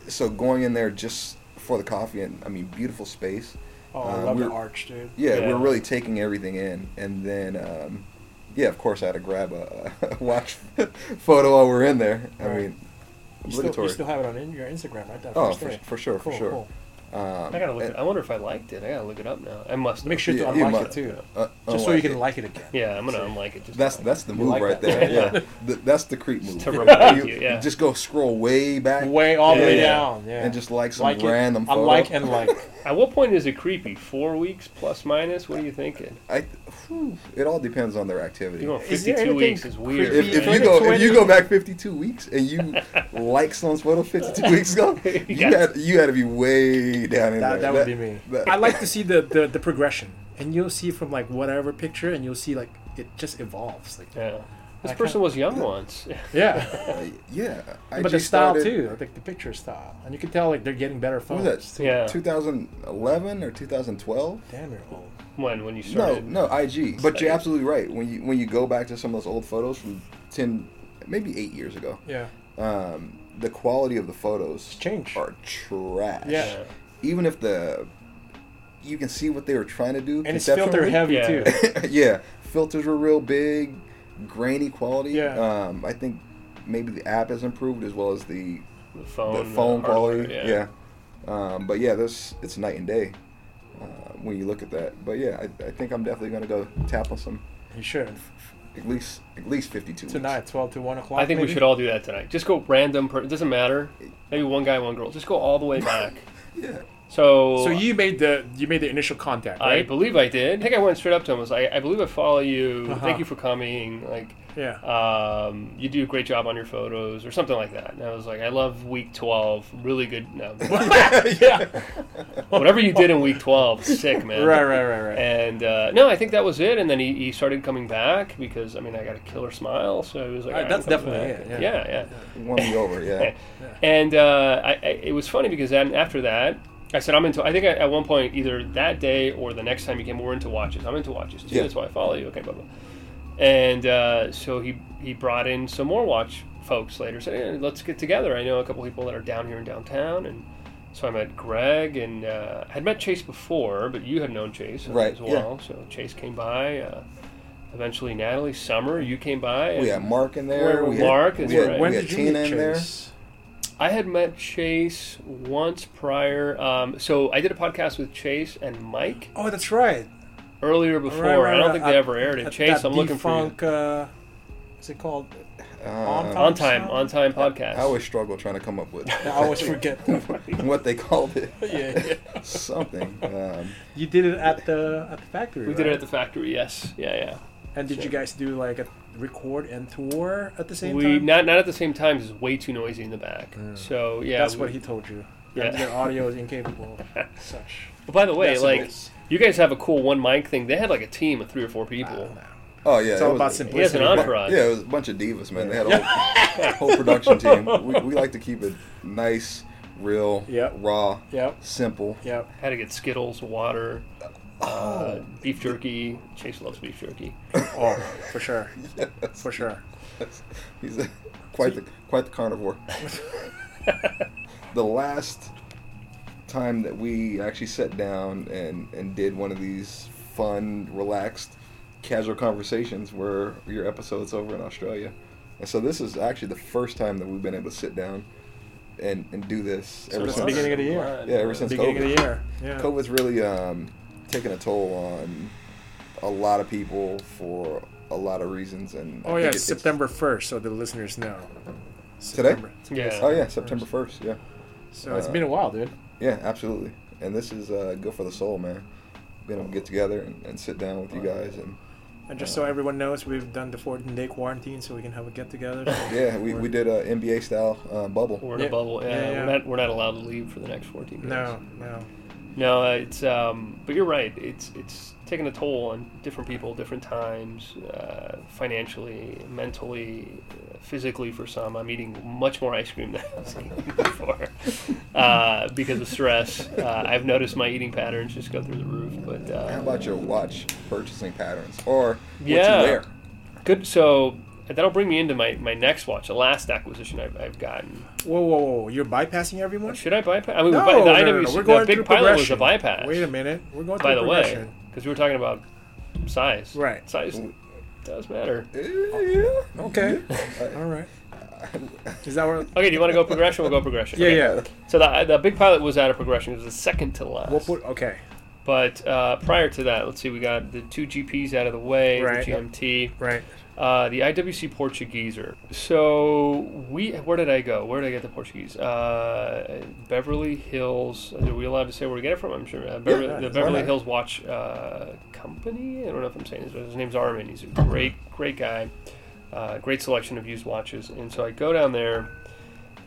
S2: so going in there just for the coffee and I mean, beautiful space.
S5: oh, I
S2: um,
S5: love the
S2: we're-
S5: arch, dude.
S2: yeah,
S3: Yeah.
S2: we're really taking everything in, and then um, yeah, of course I had to grab a, a watch photo while we're in there. I
S5: Right.
S2: mean,
S5: You still,
S2: obligatory.
S5: you still have it on in, your Instagram, right? That
S2: oh,
S5: first
S2: for,
S5: day.
S2: for sure,
S5: Cool,
S2: for sure.
S5: cool.
S2: Um,
S3: I gotta look.
S2: and-
S3: It, I wonder if I liked it. I gotta look it up now. I must.
S4: Make
S3: have.
S4: sure to
S2: Yeah, you
S4: unlike
S2: might-
S4: it too,
S2: uh,
S4: just so you
S2: unlike
S4: can
S2: it.
S4: like it again.
S3: Yeah, I'm gonna unlike it. Just
S2: That's
S3: to like
S2: that's the move
S4: like
S2: right
S4: that,
S2: there.
S3: right?
S2: Yeah, Th- that's the creep move.
S3: To remind you, yeah.
S2: just go scroll way back
S4: Way all the
S3: Yeah,
S4: way
S3: yeah.
S4: down. Yeah.
S2: and just like some
S4: like
S2: random
S4: it,
S2: photo.
S4: unlike and like.
S3: it. At what point is it creepy? Four weeks plus minus. What are you thinking?
S2: I, whew, it all depends on their activity.
S3: You know,
S4: Is there
S3: 52
S4: anything
S3: weeks is weird.
S2: if, if you
S3: man.
S2: go if you go back 52 weeks and you like someone's photo 52 weeks ago,
S3: You
S2: you
S3: got-
S2: had you had to be way down in
S4: That,
S2: there.
S4: that would be me.
S2: that-
S5: I like to see the, the the progression, and you'll see from like whatever picture, and you'll see like it just evolves. Like
S3: yeah. This
S5: I
S3: person was young once.
S5: yeah,
S2: uh, yeah. I
S5: but the
S2: just
S5: style
S2: started-
S5: too, like the picture style, and you can tell like they're getting better
S2: What
S5: phones.
S2: was that?
S3: Yeah.
S2: 2011 or 2012?
S4: Damn, you're old.
S3: When when you
S2: No,
S3: started?
S2: no, IG. But
S3: Started.
S2: you're absolutely right. When you when you go back to some of those old photos from 10 maybe 8 years ago,
S5: Yeah,
S2: um, the quality of the photos
S4: Change.
S2: are trash.
S5: Yeah.
S2: Even if the you can see what they were trying to do
S5: and it's filter
S2: conceptually.
S5: heavy
S3: Yeah.
S5: too.
S2: yeah, filters were real big, grainy quality.
S5: Yeah.
S2: Um, I think maybe the app has improved as well as the
S3: The phone.
S5: uh,
S3: uh,
S2: the phone
S3: hardware,
S2: quality. Yeah. Um, but yeah, there's it's night and day uh, when you look at that. But yeah, I, I think I'm definitely gonna go tap on some
S5: You should
S2: at least at least 52
S5: tonight, twelve to one o'clock.
S3: I think we
S5: maybe?
S3: should all do that tonight. Just go random. Per- it doesn't matter. Maybe one guy, one girl. Just go all the way back.
S2: Weeks. Yeah.
S3: So,
S5: So you made the you made the initial contact,
S3: I
S5: right?
S3: believe I did. I think I went straight up to him. I was like, I believe I follow you.
S5: Uh-huh.
S3: Thank you for coming. Like,
S5: yeah.
S3: um, you do a great job on your photos or something like that. And I was like, I love week 12. Really good. No.
S5: yeah.
S3: Whatever you did in week 12, sick, man.
S5: Right, right, right, right.
S3: And uh, no, I think that was it. And then he, he started coming back because, I mean, I got a killer smile. So he was like,
S5: Right,
S3: "All
S5: that's
S3: I'm coming
S5: definitely
S3: back."
S5: it, yeah.
S3: Yeah, yeah.
S2: Won me over. Yeah.
S3: And uh, I, I, it was funny because then after that, I said I'm into. I think I, at one point, either that day or the next time you came, we're into watches. I'm into watches too.
S2: Yeah.
S3: That's why I follow you. Okay, blah blah. And uh, so he he brought in some more watch folks later. Said, hey, let's get together. I know a couple people that are down here in downtown, and so I met Greg and uh, I'd met Chase before, but you had known Chase uh,
S2: Right,
S3: as
S2: yeah.
S3: well. So Chase came by. Uh, eventually, Natalie Summer, you came by.
S2: We
S3: and-
S2: had Mark in there.
S5: Where
S2: we
S3: Mark
S2: had,
S3: is
S2: we had,
S3: right.
S5: When
S2: we had
S5: did you
S2: Tina
S5: meet
S2: in there.
S5: Chase?
S3: I had met Chase once prior. Um, so I did a podcast with Chase and Mike
S4: Oh, that's right.
S3: earlier before.
S4: Right, right,
S3: I don't
S4: right.
S3: think they
S4: At-
S3: ever aired it.
S4: That-
S3: Chase,
S4: that
S3: I'm looking for you.
S4: defunct, Uh, what's it called?
S2: Uh,
S3: On time, on time
S2: I
S3: podcast.
S2: always struggle trying to come up with
S4: I always forget. yeah,
S2: what they called it.
S4: yeah.
S2: Something. Um,
S5: You did it at the at the factory.
S3: we did it
S5: right?
S3: at the factory. Yes, yeah,
S5: And did you guys do like a record and tour at the
S3: yeah.
S5: same
S3: We
S5: time?
S3: not not at the same time. 'cause It's way too noisy in the back. So yeah,
S5: That's
S3: we-
S5: what he told you.
S3: Yeah.
S5: Yeah. Their audio is incapable of such.
S3: But by the way, like
S5: decibels.
S3: you guys have a cool one mic thing. They had like a team of three or four people.
S2: oh yeah,
S5: It's
S2: it
S5: all
S2: was-
S5: about
S3: He has an
S5: simplicity.
S3: entourage.
S2: Yeah, it was a bunch of divas, man. They had a whole, whole production team. We, we like to keep it nice, real,
S5: Yep.
S2: raw,
S5: Yep.
S2: simple.
S5: Yep.
S3: Had to get Skittles, water, uh, beef jerky. Chase loves beef jerky.
S5: Oh, for sure. For sure.
S2: He's a, quite the quite the carnivore. the last time that we actually sat down and and did one of these fun, relaxed, casual conversations were your episodes over in Australia. And so this is actually the first time that we've been able to sit down and, and do this ever
S5: It's
S2: since
S5: the beginning of the year.
S3: Fun.
S2: Yeah, ever since
S5: Beginning
S2: COVID.
S5: of the year. Yeah.
S2: COVID's really um, taken a toll on a lot of people for a lot of reasons. And I
S5: Oh
S2: think
S5: yeah,
S2: it-
S5: it's September first, so the listeners know. September.
S3: Yeah.
S2: Oh yeah, September first. Yeah,
S5: So it's been a while, dude.
S2: yeah, absolutely. And this is uh, good for the soul, man. Being able to get together and, and sit down with you guys, and
S5: And just so everyone knows, we've done the 14 day quarantine, so we can have a get together. So
S2: yeah, we, we did a NBA style uh, bubble.
S3: We're in a
S5: Yeah.
S3: bubble. Yeah,
S5: Yeah, yeah.
S3: We're, not, we're not allowed to leave for the next 14 days.
S5: No, no.
S3: No, uh, it's, um, but you're right. It's, it's taken a toll on different people, different times, uh, financially, mentally, uh, physically for some. I'm eating much more ice cream than I was eating before uh, because of stress. Uh, I've noticed my eating patterns just go through the roof. But uh,
S2: How about your watch purchasing patterns, or what
S3: Yeah.
S2: you wear?
S3: good. So that'll bring me into my, my next watch, the last acquisition I've, I've gotten.
S5: Whoa, whoa, whoa! You're bybypassing everyone.
S3: Should I bypass? I mean,
S5: No,
S3: by- the
S5: no, no,
S3: IWC,
S5: no, we're
S3: the
S5: going
S3: big
S5: through
S3: pilot was a
S5: progression.
S3: bypass.
S5: Wait a minute, we're going
S3: by
S5: through
S3: the way,
S5: progression.
S3: because we were talking about size.
S5: Right.
S3: Size does matter.
S2: Eh, yeah.
S5: Okay.
S2: I-
S5: All right. Is that where?
S3: Okay, do you want to go progression? We'll go progression.
S5: Yeah,
S3: Okay.
S5: yeah.
S3: So the, the big pilot was out of progression. It was the second to last.
S5: We'll put okay,
S3: but uh, prior to that, let's see, we got the two GPs out of the way,
S5: Right.
S3: the GMT,
S5: right.
S3: uh, the IWC Portugueser. So we, where did I go? Where did I get the Portuguese? Uh, Beverly Hills. Are we allowed to say where we get it from? I'm sure. Uh, Beverly,
S2: yeah,
S3: the
S2: it's
S3: Beverly
S2: fine.
S3: Hills Watch uh, Company. I don't know if I'm saying his, his name's Armin. He's a great, great guy. Uh, great selection of used watches. And so I go down there,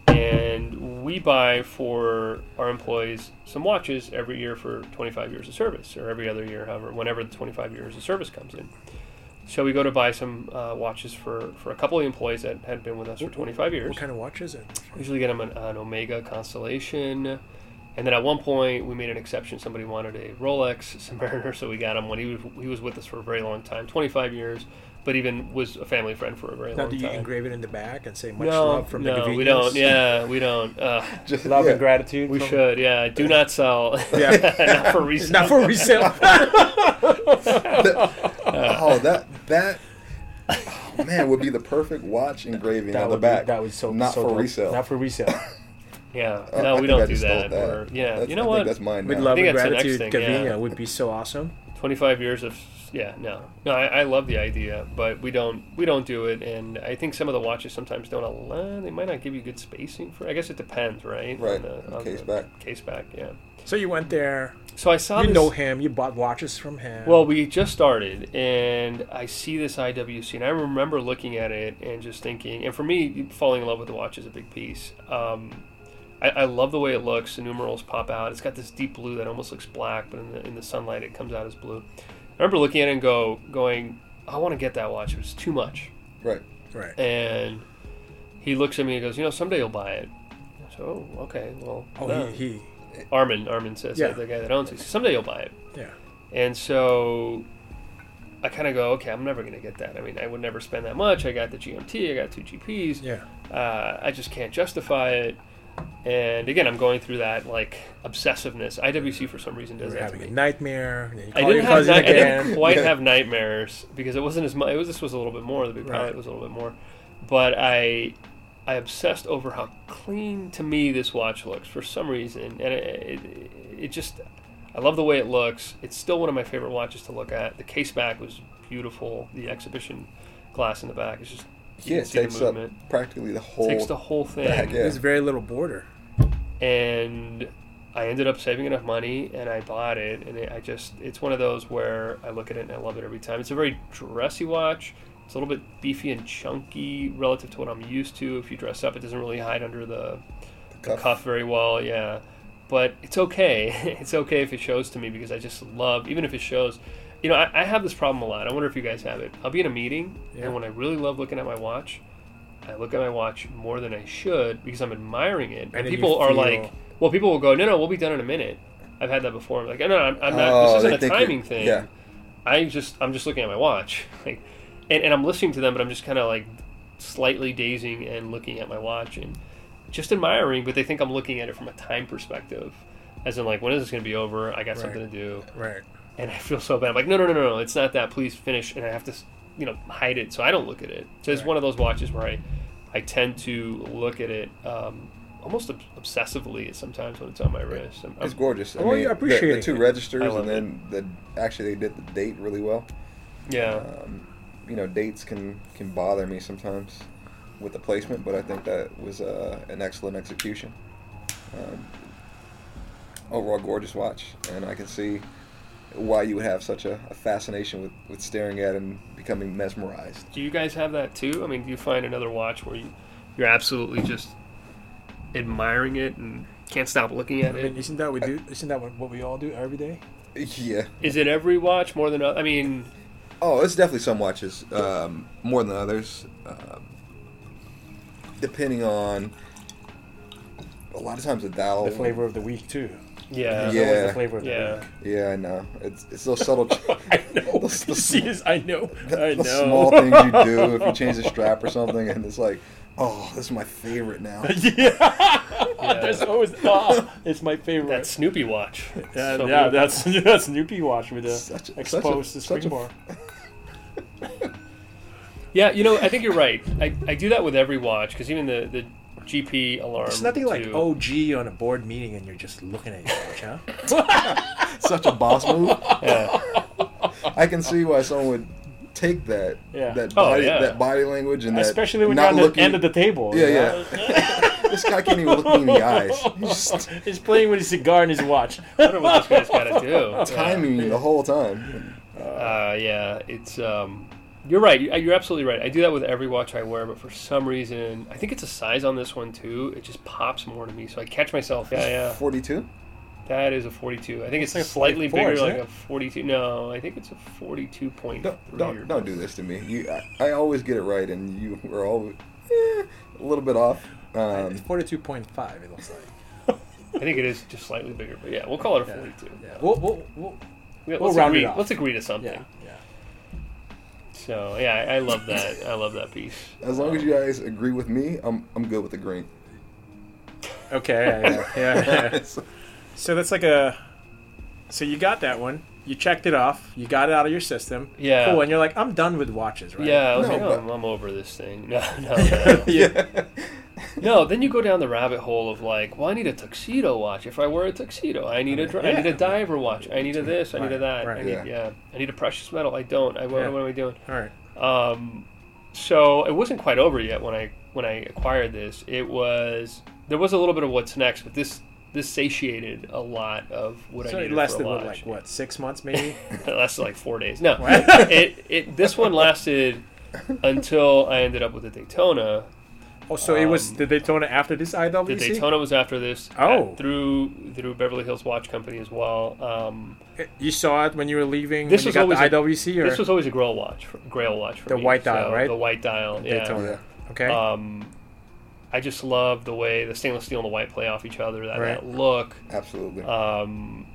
S3: and we buy for our employees some watches every year for 25 years of service, or every other year, however, whenever the 25 years of service comes in. So we go to buy some uh, watches for, for a couple of employees that had been with us for 25 years
S4: What kind of watch is it?
S3: usually get them an, an Omega Constellation. And then at one point, we made an exception. Somebody wanted a Rolex Submariner, so we got him when he was, he was with us for a very long time 25 years, but even was a family friend for a very
S4: Now,
S3: long
S4: do you
S3: time.
S4: engrave it in the back and say much
S3: no,
S4: love from the
S3: no, we
S4: convenience?
S3: don't. Yeah, we don't. Uh,
S2: Just
S4: Love
S2: yeah.
S4: and gratitude.
S3: we
S4: from-
S3: should. Yeah, do not sell.
S4: Yeah.
S3: not for resale.
S4: Not for resale.
S2: Oh, that that oh, man would be the perfect watch engraving
S4: That
S2: on the
S4: would be-
S2: back.
S4: that would so
S2: not
S4: so
S2: for
S4: dope.
S2: resale.
S4: Not for resale.
S3: Yeah,
S2: Uh,
S3: no,
S2: I
S3: we
S2: think I
S3: don't do
S2: just stole
S3: that. We're- yeah,
S2: That's-
S3: you know
S2: I
S3: what?
S2: Think that's mine.
S4: With
S2: now.
S4: love
S3: think
S4: and
S3: that's the next
S4: gratitude,
S3: thing,
S4: Gavinia
S3: yeah.
S4: would be so awesome.
S3: 25 years of yeah no no I, I love the idea but we don't we don't do it and i think some of the watches sometimes don't allow they might not give you good spacing for i guess it depends right
S2: Right, on case back.
S3: case back yeah
S4: So you went there.
S3: so i saw
S4: You
S3: this,
S4: know him. You bought watches from him.
S3: well we just started and i see this iwc and i remember looking at it and just thinking and for me falling in love with the watch is a big piece um, I, I love the way it looks the numerals pop out it's got this deep blue that almost looks black but in the, in the sunlight it comes out as blue I remember looking at it and go going, I want to get that watch. It was too much.
S2: Right.
S4: right.
S3: uh, And he looks at me and goes, you know, someday you'll buy it. I said, oh, okay. Well,
S4: Oh,
S3: no."
S4: he, he.
S3: Armin, Armin says,
S4: Yeah.
S3: the guy that owns it, he says, someday you'll buy it.
S4: Yeah.
S3: And so I kind of go, okay, I'm never going to get that. I mean, I would never spend that much. I got the GMT, I got two GPs
S4: Yeah.
S3: uh, I just can't justify it. And again, I'm going through that like obsessiveness. IWC for some reason does
S4: You're
S3: that to
S4: having
S3: me.
S4: a nightmare. and then you
S2: Oh,
S3: I
S4: call
S3: didn't,
S4: your
S3: have
S4: cousin
S3: ni- I
S4: again.
S3: didn't quite have nightmares because it wasn't as much. It was this was a little bit more. The big
S4: Right.
S3: pilot was a little bit more, but I I obsessed over how clean to me this watch looks for some reason, and it, it, it just I love the way it looks. It's still one of my favorite watches to look at. The case back was beautiful. The exhibition glass in the back is just
S2: Yeah,
S3: you can
S2: it
S3: see the
S2: takes up
S3: movement.
S2: practically the whole.
S3: takes the whole thing
S2: back, yeah.
S4: There's very little border.
S3: and I ended up saving enough money and I bought it and it, I just it's one of those where I look at it and I love it every time. It's a very dressy watch. It's a little bit beefy and chunky relative to what I'm used to. If you dress up, it doesn't really hide under the, the
S2: cuff.
S3: cuff very well. Yeah, but it's okay. it's okay if it shows to me because I just love even if it shows. You know, I, I have this problem a lot. I wonder if you guys have it. I'll be in a meeting
S4: Yeah.
S3: and when I really love looking at my watch, I look at my watch more than I should because I'm admiring it. And,
S4: then you
S3: people are
S4: feel-
S3: like, well, people will go, no, no, we'll be done in a minute. I've had that before. I'm like, no, no, I'm, I'm not.
S2: Oh,
S3: this
S2: they
S3: isn't a
S2: think
S3: timing
S2: it-
S3: thing.
S2: yeah.
S3: I just, I'm just looking at my watch, like, and, and I'm listening to them, but I'm just kind of like slightly dazing and looking at my watch and just admiring. But they think I'm looking at it from a time perspective, as in like, when is this going to be over? I got something to do
S4: Right.
S3: and I feel so bad. I'm like, no, no, no, no, no, it's not that. Please finish, and I have to, you know, hide it so I don't look at it. So it's
S4: Right.
S3: one of those watches where I, I tend to look at it um, almost ob- obsessively sometimes when it's on my wrist. um, I'm,
S2: It's
S3: I'm,
S2: gorgeous. I
S4: Well,
S2: mean,
S4: you're
S2: the-
S4: appreciating
S2: the two
S4: it.
S2: registers,
S3: I love
S2: and then the actually they did the date really well.
S3: yeah,
S2: Um, you know, dates can can bother me sometimes with the placement, but I think that was uh, an excellent execution. Um, overall, gorgeous watch, and I can see why you would have such a, a fascination with, with staring at and becoming mesmerized.
S3: do you guys have that too? I mean, do you find another watch where you, you're absolutely just admiring it and can't stop looking
S4: I
S3: at
S4: mean,
S3: it?
S4: isn't that we do? Isn't that what what we all do every day?
S2: Yeah.
S3: Is it every watch more than other? I mean,
S2: Oh, it's definitely some watches um, more than others, um, depending on a lot of times the dial.
S4: The flavor of the week too.
S3: yeah,
S4: It's always
S2: Oh. Yeah.
S4: the flavor of the
S3: yeah.
S4: week.
S2: Yeah, I know. It's it's those subtle. I know. Those, those,
S4: is, I know. I
S2: those small things you do if you change the strap or something, and it's like, oh, this is my favorite now.
S4: yeah.
S3: There's
S4: always. Oh, it's my favorite.
S3: That Snoopy watch.
S4: yeah,
S3: So
S4: yeah
S3: beautiful.
S4: that's that's Snoopy watch with the
S2: Such a- such a-
S4: exposed the
S2: such a-
S4: spring bar.
S3: Yeah, you know, I think you're right. I, I do that with every watch because even the, the GP alarm.
S4: It's nothing like
S3: too.
S5: oh,
S4: OG on a board meeting and you're just looking at your watch, huh?
S2: Such a boss move.
S3: Yeah.
S2: I can see why someone would take that
S5: Yeah.
S2: that
S3: Oh,
S2: body
S3: yeah.
S2: that body language and that
S5: Especially when you're
S2: not
S5: on the
S2: looking,
S5: end of the table.
S2: yeah
S5: you know?
S2: yeah. this guy can't even look me in the eyes. He's just
S5: He's playing with his cigar and his watch.
S3: I don't know what this guy's got to do.
S2: timing me the whole time.
S3: Uh, yeah, it's um, you're right. You- You're absolutely right. I do that with every watch I wear, but for some reason, I think it's a size on this one too. It just pops more to me, so I catch myself. Yeah, yeah,
S2: Forty-two.
S3: that is a 42. I think it's,
S4: like a
S3: slightly
S4: 44,
S3: bigger,
S4: isn't
S3: like
S4: it?
S3: a 42. No, I think it's a 42.3.
S2: Don't
S3: or-
S2: don't, don't do this to me. You, I, I always get it right, and you were always eh, a little bit off. Um,
S4: Forty-two point five. It looks like.
S3: I think it is just slightly bigger, but yeah, we'll call it a
S4: Yeah.
S3: 42.
S4: Yeah. We'll, we'll, we'll,
S3: We- Let's
S4: We'll round it
S3: agree.
S4: off.
S3: Let's agree to something.
S4: yeah. Yeah.
S3: So yeah, I, I love that. I love that piece.
S2: as long as you guys agree with me, I'm I'm good with the green.
S5: Okay. Yeah. yeah, yeah, yeah. so that's like a. So you got that one. You checked it off. You got it out of your system.
S3: Yeah.
S5: Cool. And you're like, I'm done with watches, right?
S3: Yeah, I was
S2: No,
S3: like, oh,
S2: but-
S3: I'm- I'm over this thing. No, no, no.
S2: Yeah.
S3: no. Then you go down the rabbit hole of like, well, I need a tuxedo watch. If I wear a tuxedo, I need a dri- I
S5: Yeah.
S3: need a diver watch. I need a this. I need a
S5: Right,
S3: that. I
S5: right.
S3: need yeah.
S2: Yeah.
S3: I need a precious metal. I don't. I what,
S5: Yeah.
S3: what am I doing?
S5: All right.
S3: Um, so it wasn't quite over yet when I when I acquired this. It was there was a little bit of what's next, but this this satiated a lot of what
S5: So
S3: I
S5: it
S3: needed
S5: lasted
S3: for a
S5: what,
S3: watch.
S5: like what six months maybe?
S3: It lasted like four days. No,
S5: What?
S3: it, it this one lasted until I ended up with the Daytona.
S5: oh, so it was
S3: Um,
S5: the Daytona after this IWC.
S3: The Daytona was after this.
S5: Oh.
S3: at- through through Beverly Hills Watch Company as well. Um,
S5: You saw it when you were leaving.
S3: This
S5: This when you
S3: was always a-
S5: got the IWC or
S3: this was always a Grail watch, for, Grail watch for
S5: The
S3: me.
S5: white dial,
S3: So,
S5: right?
S3: The white dial, yeah.
S5: Daytona. Okay.
S3: Um, I just love the way the stainless steel and the white play off each other. That,
S5: Right.
S3: that look.
S2: Absolutely.
S3: Um,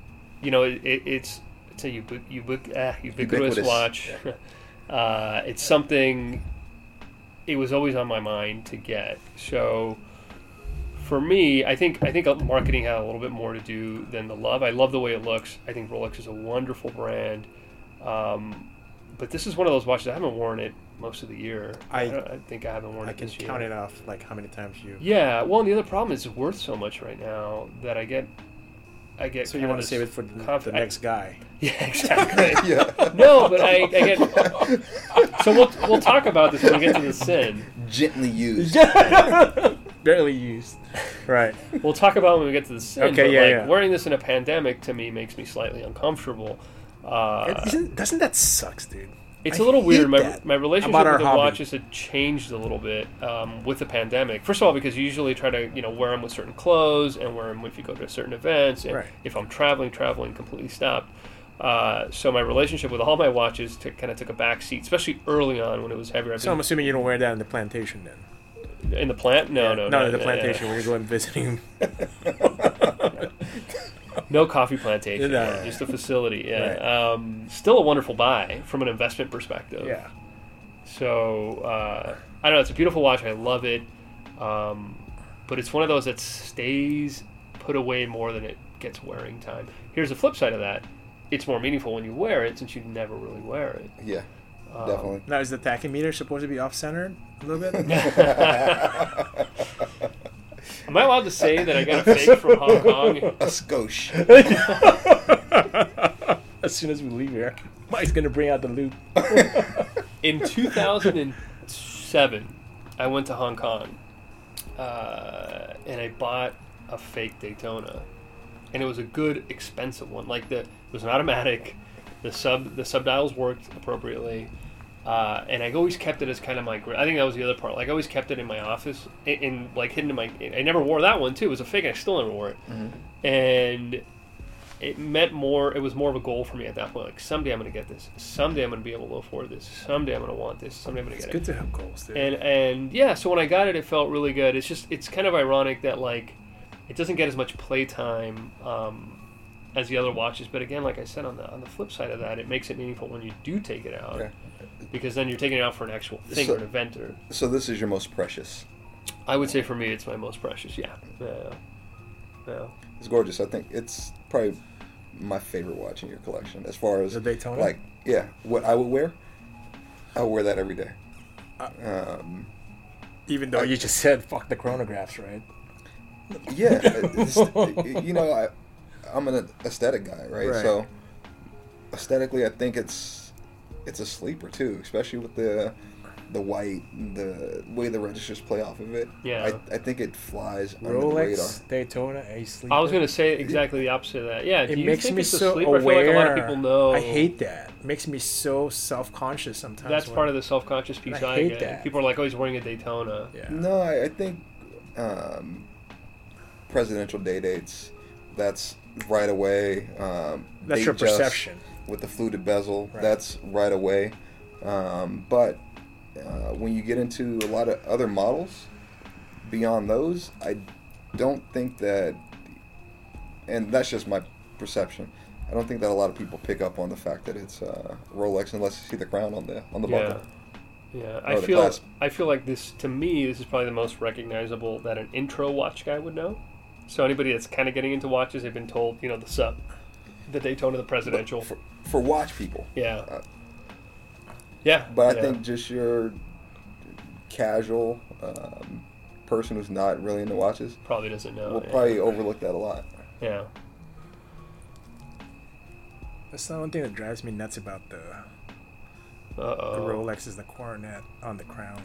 S3: you know, it, it, it's it's a ubiqu- ubiqu- ah, ubiquitous,
S2: Ubiquitous.
S3: watch. Uh, it's something. It was always on my mind to get. So, for me, I think I think marketing had a little bit more to do than the love. I love the way it looks. I think Rolex is a wonderful brand. Um, but this is one of those watches I haven't worn it most of the year.
S4: I-
S3: don't- I think I haven't worn
S4: I
S3: it
S4: can
S3: this year.
S4: count it off like how many times you.
S3: Yeah. Well, and the other problem is it's worth so much right now that I get, I get.
S4: So you
S3: kinda
S4: want to
S3: s-
S4: save it for the,
S3: conf-
S4: the next guy?
S3: Yeah, exactly.
S2: yeah.
S3: no, but I, I get. So we'll we'll talk about this when we get to the sin.
S2: Gently used.
S5: Barely used. Right.
S3: We'll talk about it when we get to the sin.
S5: Okay,
S3: but
S5: yeah,
S3: like,
S5: yeah.
S3: Wearing this in a pandemic to me makes me slightly uncomfortable. Uh,
S4: It- isn't, doesn't that sucks, dude?
S3: It's
S4: I
S3: a little weird.
S4: hate
S3: My,
S4: that
S3: my relationship
S4: about
S3: with
S4: our
S3: the
S4: hobby.
S3: watches had changed a little bit um, with the pandemic. First of all, because you usually try to you know wear them with certain clothes and wear them if you go to certain events. And
S5: Right.
S3: If I'm traveling, traveling completely stopped. Uh, so my relationship with all my watches t- kind of took a back seat, especially early on when it was heavier. I've
S5: So I'm assuming you don't wear that in the plantation then.
S3: been- in the plant? No, no,
S5: Not
S3: no,
S5: in the
S3: no,
S5: plantation when you're going visiting.
S3: No, no coffee plantation,
S5: No,
S3: no,
S5: no,
S3: just the facility. Yeah.
S5: Right.
S3: Um, still a wonderful buy from an investment perspective.
S5: Yeah.
S3: So uh, I don't know. It's a beautiful watch. I love it, um, but it's one of those that stays put away more than it gets wearing time. Here's the flip side of that: it's more meaningful when you wear it, since you never really wear it.
S2: Yeah. Definitely.
S5: Now is the tachymeter supposed to be off centered a little bit?
S3: Am I allowed to say that I got a fake from Hong Kong?
S2: A skosh.
S5: as soon as we leave here, Mike's gonna bring out the loop.
S3: In 2007, I went to Hong Kong, uh, and I bought a fake Daytona, and it was a good, expensive one. Like the it was an automatic, the sub the sub dials worked appropriately, uh, and I always kept it as kind of my. gra- I think that was the other part. Like I always kept it in my office, in, in like hidden in my. I never wore that one too. It was a fake. and I still never wore it,
S5: Mm-hmm.
S3: and it meant more it was more of a goal for me at that point like someday i'm gonna get this someday i'm gonna be able to afford this someday i'm gonna want this someday i'm gonna
S5: It's
S3: get
S5: good to have goals,
S3: it
S5: dude.
S3: and and yeah so when i got it it felt really good it's just it's kind of ironic that like it doesn't get as much playtime um, as the other watches but again like i said on the on the flip side of that it makes it meaningful when you do take it out
S2: Okay.
S3: because then you're taking it out for an actual thing
S2: So-
S3: or an event or
S2: So this is your most precious.
S3: i would say for me it's my most precious yeah yeah, yeah.
S2: It's gorgeous. I think it's probably my favorite watch in your collection as far as
S5: The Daytona?
S2: Like, yeah, what I would wear. I wear that every day. Um,
S5: Even though you just said fuck the chronographs, right?
S2: yeah, uh, it's- you know, I, I'm an aesthetic guy, right?
S5: Right.
S2: So aesthetically, I think it's it's a sleeper too, especially with the the white, the way the registers play off of it.
S3: Yeah.
S2: I, I think it flies under the radar.
S5: Rolex, Daytona, a sleeper.
S3: I was gonna say exactly the opposite of that. Yeah, do
S5: It
S3: you
S5: makes
S3: think
S5: me
S3: it's a
S5: so
S3: sleeper?
S5: aware.
S3: I feel like a lot of people know.
S5: I hate that. It makes me so self-conscious sometimes.
S3: that's part of the self-conscious piece
S5: I
S3: I,
S5: hate
S3: get.
S5: that.
S3: People are like, "Oh, he's wearing a Daytona."
S5: Yeah.
S2: No, I, I think um, presidential day dates. That's right away. Um,
S5: That's
S2: date
S5: your
S2: just
S5: perception.
S2: with the fluted bezel.
S5: Right.
S2: That's right away. Um, but uh, when you get into a lot of other models beyond those, I don't think that, and that's just my perception. I don't think that a lot of people pick up on the fact that it's uh, Rolex unless you see the crown on the on the
S3: Yeah.
S2: buckle.
S3: Yeah,
S2: Or
S3: I
S2: the
S3: feel
S2: clasp.
S3: I feel like this to me. This is probably the most recognizable that an intro watch guy would know. So anybody that's kind of getting into watches, they've been told, you know, the sub, the Daytona, the Presidential.
S2: For, for watch people,
S3: yeah.
S2: uh,
S3: yeah.
S2: But I
S3: yeah.
S2: think just your casual um, person who's not really into watches
S3: probably doesn't know.
S2: will
S3: Oh, yeah.
S2: probably overlook that a lot.
S3: yeah.
S5: That's the one thing that drives me nuts about the,
S3: Uh
S5: the
S3: oh.
S5: Rolex is the coronet on the crown.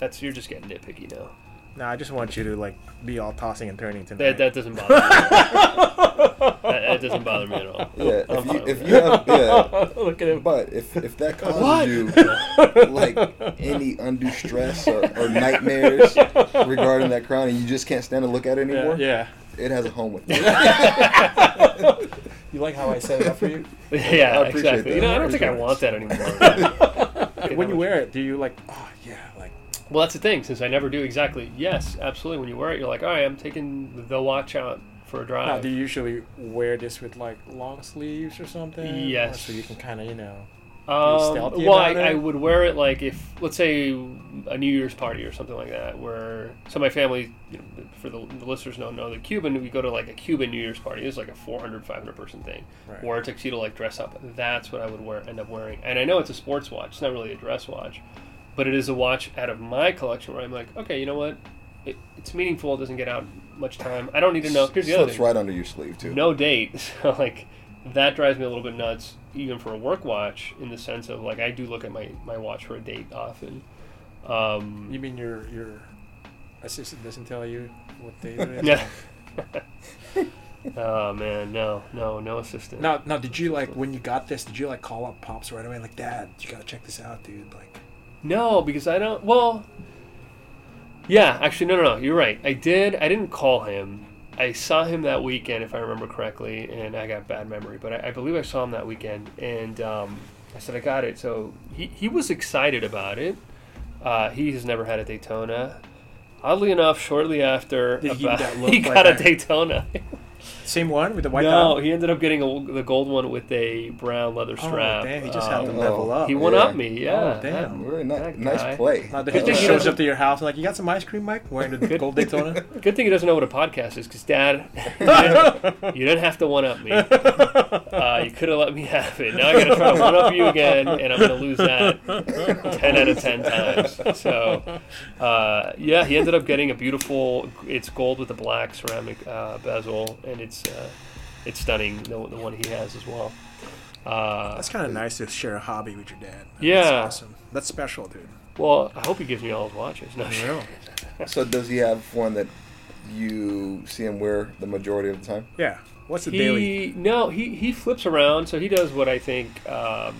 S3: That's you're just getting nitpicky now.
S5: No, I just want you to like be all tossing and turning tonight.
S3: That, that doesn't bother me. at all. that, that doesn't bother me at all.
S2: Yeah,
S3: I'm
S2: if you
S3: fine
S2: if
S3: with
S2: you have yeah,
S3: Look at him.
S2: but if if that causes
S3: What?
S2: you like any undue stress or, or nightmares regarding that crown, and you just can't stand to look at it anymore,
S5: yeah.
S2: it has a home with you.
S4: You like how I set it up for you?
S3: Yeah,
S2: I appreciate
S3: exactly. You
S2: that.
S3: know, I don't think I want that anymore.
S5: when you wear it, do you like? Oh yeah, like
S3: Well, that's the thing. Since I never do exactly, yes, absolutely. When you wear it, you're like, all right, I'm taking the watch out for a
S5: Now,
S3: drive.
S5: do you usually wear this with like long sleeves or something? Or
S3: Yes.
S5: So you can kind of, you know.
S3: um,
S5: stealthy
S3: well, I,
S5: about it?
S3: I would wear it like if, let's say, a New Year's party or something like that, where so my family, you know, for the, the listeners don't know, the Cuban, we go to like a Cuban New Year's party. It's like a 400, 500 person thing.
S5: Right.
S3: Wear a tuxedo, like dress up. That's what I would wear, end up wearing. And I know it's a sports watch. It's not really a dress watch, but it is a watch out of my collection where I'm like, okay, you know what? It, it's meaningful. It doesn't get out much time. I don't need to know. Here's the
S2: So
S3: other
S2: it's
S3: thing.
S2: right under your sleeve too.
S3: no date. So like that drives me a little bit nuts, even for a work watch, in the sense of like I do look at my, my watch for a date often. Um,
S5: You mean your your assistant doesn't tell you what day it is?
S3: yeah. oh man, no, no, no assistant.
S5: Now, now, did you like when you got this? Did you like call up pops right away? Like, Dad, you gotta check this out, dude. Like,
S3: No, because I don't. Well, yeah, actually, no, no, no. You're right. I did. I didn't call him. I saw him that weekend, if I remember correctly, and I got bad memory, but I, I believe I saw him that weekend, and um, I said I got it. So he he was excited about it. Uh, he has never had a Daytona. Oddly enough, shortly after,
S5: Did he
S3: about-
S5: that look
S3: he
S5: like
S3: got a
S5: that?
S3: Daytona.
S5: same one with the white.
S3: no,
S5: dot?
S3: he ended up getting a, the gold one with a brown leather
S5: Oh,
S3: strap.
S5: damn, he just had to
S2: Um,
S5: level up.
S3: He went
S2: Yeah.
S3: up me, yeah.
S5: Oh, damn.
S2: Very ni-
S3: That guy.
S2: nice play.
S5: Now,
S3: Good
S5: he
S3: thing
S5: just
S3: he
S5: shows
S3: doesn't-
S5: up to your house and like, you got some ice cream, Mike? Wearing the
S3: Good-
S5: gold Daytona.
S3: Good thing he doesn't know what a podcast is, because Dad, you didn't, you didn't have to one up me. Uh, you could have let me have it. Now I got to try to one up you again, and I'm going to lose that ten out of ten times. So, uh, yeah, he ended up getting a beautiful. It's gold with a black ceramic uh, bezel, and it's uh, it's stunning. The, the one he has as well. Uh,
S5: That's kind of nice to share a hobby with your dad. That's
S3: Yeah.
S5: awesome. That's special, dude.
S3: well, I hope he gives me all his watches. No,
S5: real.
S2: So does he have one that you see him wear the majority of the time?
S5: Yeah. What's the
S3: he,
S5: daily?
S3: No, he, he flips around, so he does what I think um,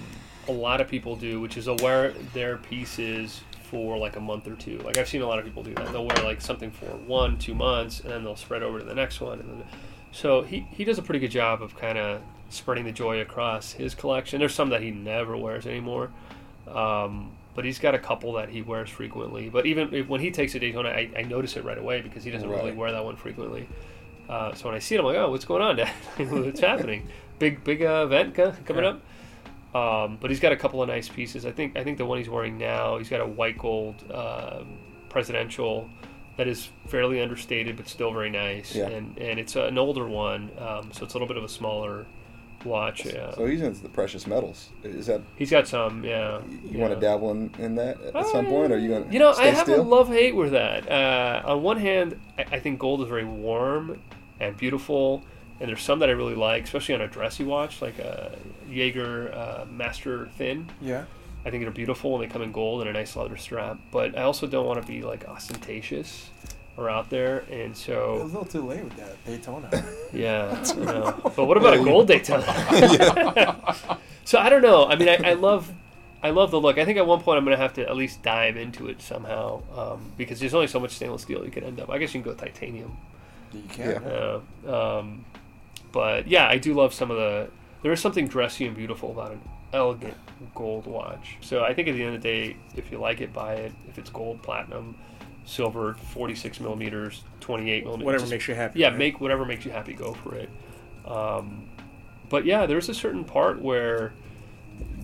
S3: a lot of people do, which is they'll wear their pieces for like a month or two. Like I've seen a lot of people do that. They'll wear like something for one, two months, and then they'll spread over to the next one. And then, so he, he does a pretty good job of kind of spreading the joy across his collection. There's some that he never wears anymore. Um, but he's got a couple that he wears frequently. But even if, when he takes a Daytona, I, I notice it right away because he doesn't really
S2: Right.
S3: wear that one frequently. Uh, so when I see it, I'm like, oh, what's going on, Dad? what's happening? Big big uh, event co- coming up. Um, but he's got a couple of nice pieces. I think I think the one he's wearing now, he's got a white gold um presidential that is fairly understated but still very nice.
S2: Yeah.
S3: uh, And and it's an older one, um, so it's a little bit of a smaller watch. Yeah,
S2: So he's into the precious metals. Is that
S3: he's got some. Yeah,
S2: you
S3: yeah. Uh,
S2: want to dabble in, in that at some point, or you gonna
S3: You know,
S2: stay
S3: I have
S2: still?
S3: a love hate with that. Uh, on one hand, I, I think gold is very warm and beautiful, and there's some that I really like, especially on a dressy watch, like a Jaeger uh, Master Thin.
S4: Yeah.
S3: I think they're beautiful when they come in gold and a nice leather strap. But I also don't want to be like ostentatious or out there, and
S4: It was
S3: so
S4: a little too late with that Daytona.
S3: yeah. I know. But what about a gold Daytona? so I don't know. I mean, I, I love. I love the look. I think at one point I'm going to have to at least dive into it somehow um, because there's only so much stainless steel you can end up. I guess you can go titanium.
S4: you can.
S2: Yeah.
S4: Yeah.
S3: Uh, um, but yeah, I do love some of the. There is something dressy and beautiful about an elegant gold watch. So I think at the end of the day, if you like it, buy it. If it's gold, platinum, silver, 46 millimeters, 28 millimeters,
S5: Whatever
S3: just
S5: makes you happy.
S3: yeah,
S5: right?
S3: make whatever makes you happy. Go for it. Um, but yeah, there's a certain part where,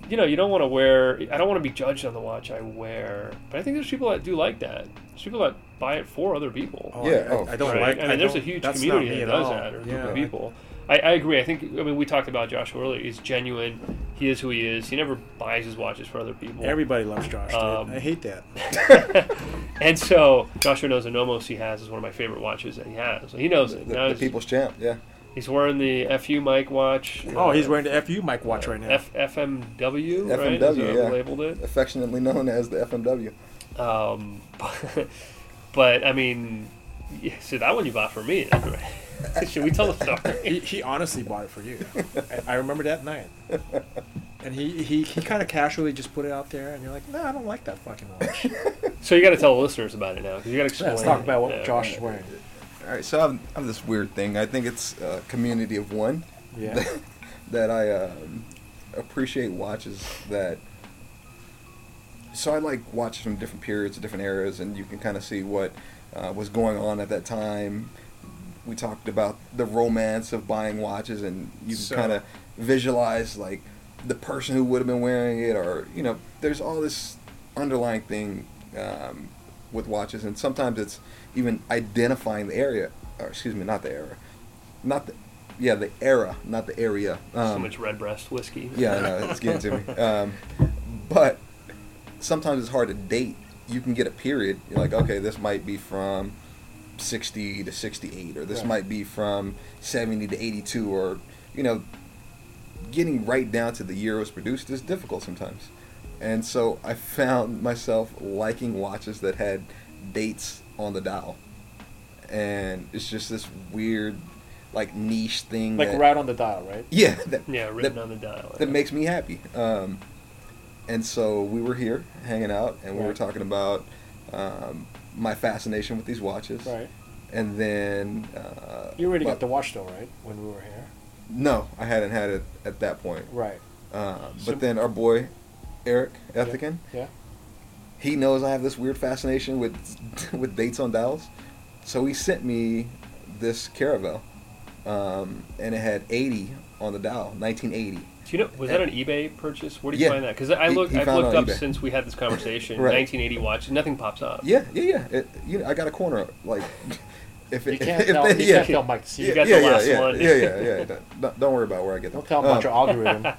S3: you know, you don't want to wear. I don't want to be judged on the watch I wear. But I think there's people that do like that. There's people that buy it for other people.
S5: Oh,
S2: Yeah,
S5: I,
S2: oh,
S5: I don't
S3: Right?
S5: like.
S3: I mean, there's a
S5: don't-
S3: huge
S5: that's not
S3: community
S5: me
S3: that
S5: at
S3: does
S5: all.
S3: that, or a
S5: yeah.
S3: group of people. I, I agree. I think. I mean, we talked about Josh earlier. He's genuine. He is who he is. He never buys his watches for other people.
S5: Everybody loves Josh. dude.
S3: Um,
S4: I hate that.
S3: and so Joshua knows the Nomos he has is one of my favorite watches that he has. He knows
S2: The,
S3: it.
S2: the
S3: Now he's-
S2: people's champ, yeah.
S3: He's wearing the FU Mike watch.
S5: oh, he's wearing the FU Mike watch right now.
S3: F- FMW, right?
S2: FMW,
S3: Is what
S2: yeah.
S3: we labeled it.
S2: Affectionately known as the FMW.
S3: Um, but I mean, yeah, so that one you bought for me. that's right. Should we tell the story?
S5: he, he honestly bought it for you. I, I remember that night. And he, he, he kind of casually just put it out there, and you're like, no, I don't like that fucking watch.
S3: So you got to tell the listeners about it now. 'cause You got to explain.
S5: Let's talk about what
S3: Yeah.
S5: Josh is wearing.
S2: All right, so I have, I have this weird thing. I think it's a community of one
S5: Yeah.
S2: that I um, appreciate watches that. So I like watches from different periods, different eras, and you can kind of see what uh, was going on at that time. We talked about the romance of buying watches, and you can
S5: So-
S2: kind of visualize like the person who would have been wearing it, or you know, there's all this underlying thing um, with watches, and sometimes it's even identifying the area, or excuse me, not the era, not the, yeah, the era, not the area.
S3: so
S2: Um,
S3: much red breast whiskey.
S2: yeah, I know, it's getting to me. Um, but sometimes it's hard to date. You can get a period. You're like, okay, this might be from 60 to 68, or this
S5: Right.
S2: might be from 70 to 82, or, you know, getting right down to the year it was produced is difficult sometimes. And so I found myself liking watches that had dates on the dial. And it's just this weird, like, niche thing.
S5: Like
S2: that,
S5: right on the dial, right?
S2: Yeah, that,
S3: Yeah, written
S2: that-
S3: on the dial.
S2: that makes me happy. Um, and so we were here hanging out, and we were
S5: Right.
S2: talking about um, my fascination with these watches.
S5: Right.
S2: And then uh,
S5: You already
S2: well,
S5: got the watch though, right? When we were here.
S2: No, I hadn't had it at that point.
S5: Right.
S2: Um,
S5: So-
S2: but then our boy Eric
S5: Yeah.
S2: Ethican,
S5: Yeah.
S2: he knows I have this weird fascination with with dates on dials, so he sent me this Caravel, um, and it had 80 on the dial, 1980.
S3: Do you know? Was that an eBay purchase? Where did you
S2: Yeah.
S3: find that? Because I
S2: He-
S3: looked.
S2: he
S3: I've
S2: found it
S3: looked
S2: on
S3: up
S2: eBay.
S3: since we had this conversation.
S2: Right.
S3: 1980 watch. Nothing pops up.
S2: Yeah, yeah, yeah. It, you know, I got a corner. Like, if it,
S5: You can't
S2: if
S5: tell.
S2: they-
S5: you
S2: yeah,
S5: can't tell Mike. See,
S3: You got the last
S2: yeah,
S3: one.
S2: Yeah, yeah, yeah. Don't, don't worry about where I get them.
S5: Don't tell him about
S2: Um,
S5: your algorithm.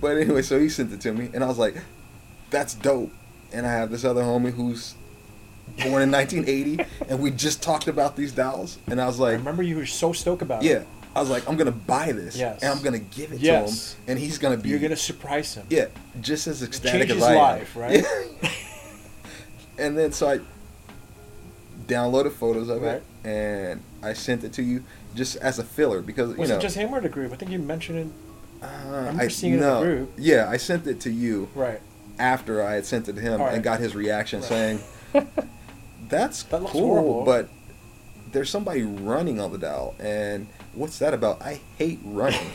S2: But anyway, so he sent it to me, and I was like, "That's dope." And I have this other homie who's born in 1980, and we just talked about these dials, and I was
S5: I
S2: like,
S5: remember you were so stoked about
S2: "Yeah."
S5: it.
S2: I was like, "I'm gonna buy this,
S5: Yes.
S2: and I'm gonna give it
S5: Yes.
S2: to him, and he's gonna be
S5: You're gonna surprise him.
S2: yeah, just as ecstatic
S5: Change
S2: as
S5: his
S2: I am.
S5: life, right?
S2: and then so I downloaded photos of
S5: Right.
S2: it and I sent it to you just as a filler because you
S5: Was
S2: know
S5: it just him or the group? I think you mentioned it.
S2: uh,
S5: remember
S2: I-
S5: seeing it in the group.
S2: yeah I sent it to you
S5: Right.
S2: after I had sent it to him
S5: All
S2: and
S5: right.
S2: got his reaction
S5: Right.
S2: saying that's
S5: That looks
S2: cool
S5: horrible."
S2: but there's somebody running on the dial and what's that about I hate running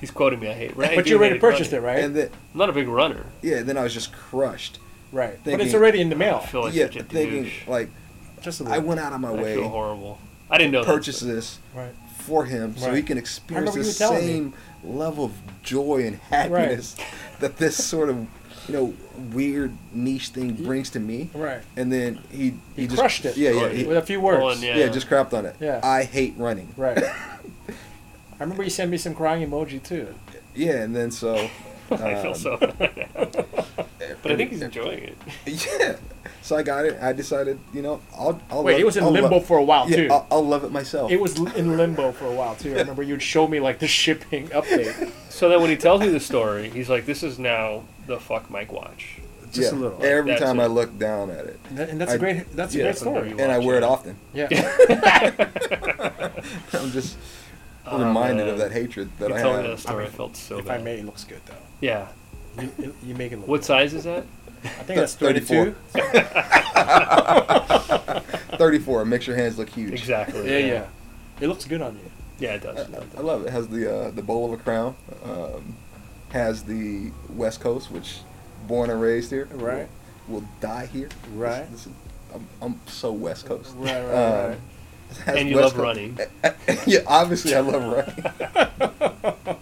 S3: He's quoting me. I hate. I
S5: but
S3: do
S5: you already
S3: hate
S5: purchased it,
S3: running.
S5: right?
S2: and then
S3: I'm not a big runner.
S2: yeah then I was just crushed
S5: right. but it's
S2: thinking-
S5: already in the mail.
S3: I feel like
S2: Oh, yeah
S3: such a
S2: thinking
S3: douche.
S2: like
S5: Just a
S2: I
S5: little.
S2: went out of my
S3: I
S2: way
S3: feel horrible. I didn't know.
S2: to
S3: that.
S2: purchase this
S5: Right.
S2: for him so he
S5: Right.
S2: can
S5: I
S2: experience
S5: remember
S2: the
S5: you telling me.
S2: same level of joy and happiness that this sort of you know weird niche thing brings to me
S5: Right.
S2: and then he
S5: He,
S2: just-
S5: crushed it.
S2: yeah yeah,
S3: Right.
S2: he-
S5: With a few
S3: Go
S5: words.
S3: on, yeah.
S2: yeah, just crapped on it
S5: Yeah.
S2: i hate running
S5: Right. I I remember you sent me some crying emoji too.
S2: Yeah, and then so.
S3: I feel
S2: um,
S3: so. but I think he's enjoying it.
S2: Yeah. So I got it. I decided, you know, I'll. I'll
S5: Wait,
S2: love-
S5: it was in
S2: I'll
S5: limbo
S2: love-
S5: for a while
S2: Oh, yeah, oh.
S5: too.
S2: I'll, I'll love it myself.
S5: it was l- in limbo for a while too. I remember you'd show me like the shipping update.
S3: So that when he tells me the story, he's like, "This is now the fuck Mike watch."
S5: just a little.
S2: Every
S3: That's
S2: time
S3: it.
S2: I look down at it,
S4: And, that, and that's a
S2: I-
S4: great. That's
S2: yeah.
S4: a great story.
S3: You
S2: and I
S3: watch
S2: wear it
S3: it.
S2: often,
S5: Yeah.
S2: I'm just
S3: Oh,
S2: reminded of
S3: man.
S2: that hatred that
S3: He
S2: I
S3: told me that
S2: have.
S3: story. I,
S5: mean,
S3: felt so
S4: If
S3: bad.
S4: I may, it looks good though.
S3: Yeah.
S4: You, you- you make it look.
S3: What
S4: good.
S3: size is that?
S4: I think that's
S2: 34.
S4: thirty-two.
S2: 34 makes your hands look huge.
S3: Exactly.
S5: Yeah, yeah.
S4: It looks good on you.
S3: Yeah, it does.
S4: Uh,
S2: I, I love it. it has the uh, the bowl of crown. Um, has the West Coast, which born and raised here,
S4: Right.
S2: will, will die here.
S4: Right.
S2: This, this, I'm, I'm so West Coast.
S4: Right, right,
S2: Um,
S4: right.
S2: has
S3: And you
S2: West
S3: love running.
S2: yeah, obviously I love running.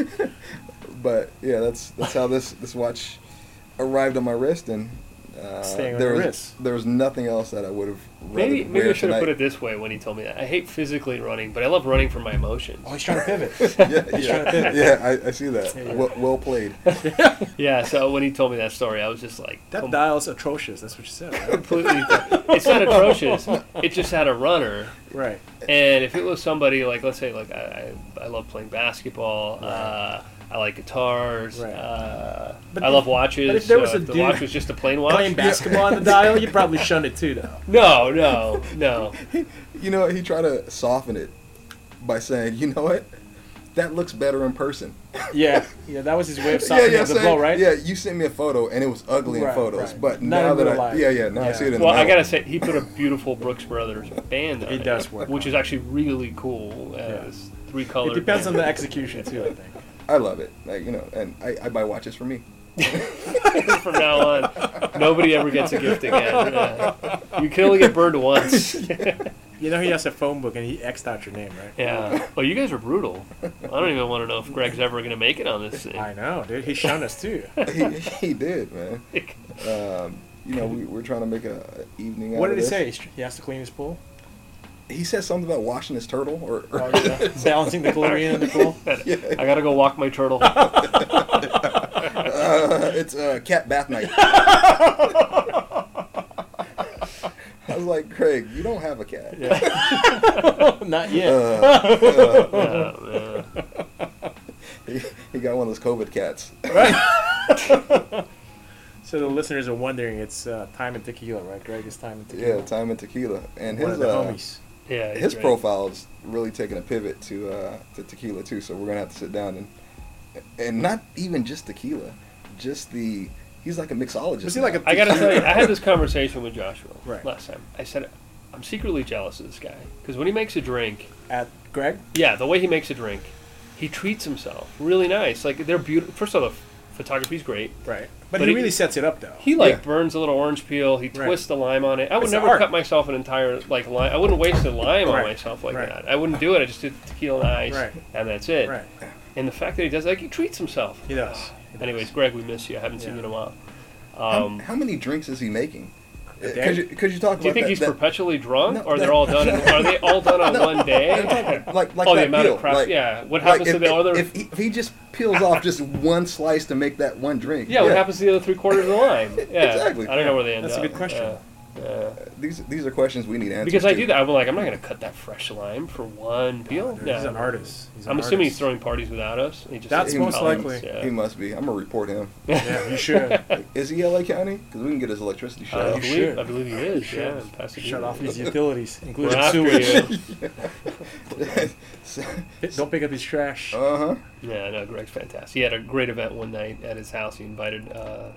S2: but yeah, that's that's how this this watch arrived on my wrist, and uh,
S5: Staying on
S2: there
S5: your
S2: was
S5: wrist.
S2: there was nothing else that I would have
S3: Maybe maybe I should have put it this way when he told me that. I hate physically running, but I love running for my emotions.
S4: Oh, he's trying to pivot.
S2: yeah,
S4: trying to
S2: yeah,
S4: pivot.
S2: yeah I, I see that.
S4: Yeah.
S2: Well, well played.
S3: Yeah. So when he told me that story, I was just like,
S4: that
S3: com-
S4: dial's atrocious. That's what you said, right?
S3: completely. it's not atrocious. It just had a runner.
S4: right.
S3: And if it was somebody like, let's say, like I, I, I love playing basketball. Uh, I like guitars.
S4: Right.
S3: Uh,
S4: But
S3: I
S4: if-
S3: love watches.
S4: but if there
S3: so
S4: was a
S3: the
S4: dude
S3: watch was just a plain watch.
S4: Playing basketball on the dial, you probably shunned it too, though.
S3: no, no, no.
S2: You know, he tried to soften it by saying, "You know what? That looks better in person."
S5: Yeah, yeah, that was his way of softening the
S2: saying-
S5: blow, right?
S2: Yeah, you sent me a photo and it was ugly in
S5: Right,
S2: photos,
S5: right.
S2: but
S5: Not
S2: now
S5: in
S2: that
S5: real
S2: I
S5: life.
S2: yeah yeah now I
S5: Yeah.
S2: see it in
S3: Well,
S2: that
S3: I
S2: one.
S3: gotta say, he put a beautiful Brooks Brothers band on
S5: He
S3: it,
S5: does work
S3: which
S5: on
S3: is actually really cool. Uh, It's three color.
S5: It depends on the execution too, I think.
S2: I love it. Like, you know, and I, I buy watches for me.
S3: From now on, nobody ever gets a gift again. Yeah. You can only get burned once.
S5: You know, he has a phone book and he X'd out your name, right?
S3: yeah. Well, you guys are brutal. I don't even want to know if Greg's ever gonna make it on this
S5: I
S3: thing.
S5: know, dude. He shunned us too.
S2: he, he did, man. Um, you know, we, we're trying to make a a evening.
S5: What
S2: out
S5: did
S2: of
S5: he
S2: this.
S5: say? He sh- He has to clean his pool.
S2: He said something about washing his turtle, or, or
S5: Oh, yeah. Balancing the chlorine in the pool.
S3: I gotta go walk my turtle.
S2: uh, it's a uh, cat bath night. I was like, Craig, you don't have a cat.
S3: Yeah.
S5: Not yet.
S2: Uh,
S3: Yeah, yeah.
S2: He, he got one of those COVID cats.
S5: So the listeners are wondering, it's uh, time and tequila, right? Greg is time and tequila.
S2: yeah, time and tequila, and
S5: One of
S2: his
S5: the
S2: uh,
S5: homies.
S3: Yeah, he's
S2: his
S3: great.
S2: profile is really taking a pivot to uh, to tequila too. So we're gonna have to sit down and and not even just tequila, just the he's like a mixologist.
S5: Was he like
S2: now.
S5: a-
S3: I gotta tell you, I had this conversation with Joshua
S5: Right.
S3: last time. I said, I'm secretly jealous of this guy because when he makes a drink,
S5: At Greg?
S3: yeah, the way he makes a drink, he treats himself really nice. Like they're beautiful. First of all, the f- photography's great.
S5: Right. But, he
S3: But he-
S5: really sets it up, though.
S3: He like
S2: Yeah.
S3: burns a little orange peel. He
S5: Right.
S3: twists the lime on it. I would
S5: It's
S3: never
S5: art.
S3: cut myself an entire like lime. I wouldn't waste a lime on
S5: Right.
S3: myself like
S5: Right.
S3: that. I wouldn't do it. I just did tequila and ice,
S5: Right.
S3: and that's it.
S5: Right.
S3: And the fact that he does like he treats himself. Ah.
S5: He does. He does.
S3: Anyways, Greg, we miss you. I haven't seen
S5: Yeah.
S3: you in a while.
S2: how,
S3: Um,
S2: how many drinks is he making?
S5: day?
S2: Because you, 'cause you talk
S3: Do you
S2: about
S3: think
S2: that-
S3: he's
S2: that-
S3: perpetually drunk,
S2: No,
S3: or they're
S2: that-
S3: all done? are they all done on one day?
S2: like like
S3: oh, the
S2: that
S3: amount
S2: peel.
S3: of crap.
S2: like,
S3: yeah.
S2: like,
S3: What happens
S2: if,
S3: to the other?
S2: If he, if he just peels off just one slice to make that one drink,
S3: yeah, What happens to the other three quarters of the line? Yeah.
S2: Exactly.
S3: I don't know where they end
S5: That's a
S3: up.
S5: good question.
S3: Yeah. Yeah.
S2: These these are questions we need answers
S3: Because I
S2: to.
S3: do that. I'm like, I'm not going to cut that fresh lime for one peel.
S5: Dude,
S3: no.
S5: He's an artist. He's an
S3: I'm assuming he's
S5: artist.
S3: throwing parties without us. and he just
S5: That's
S3: sits in
S5: most
S3: columns,
S5: likely.
S3: Yeah.
S2: He must be. I'm gonna report him.
S5: Yeah, you should.
S2: Is he LA County? Because we can get his electricity shut
S3: I,
S2: off.
S5: you
S3: believe,
S5: should.
S3: I believe he is. Yeah. in Pasadena.
S5: Shut off his utilities,
S3: We're
S5: including
S3: after
S5: sewage.
S3: you.
S5: Don't pick up his trash.
S2: Uh huh.
S3: Yeah, no, Greg's fantastic. He had a great event one night at his house. He invited uh,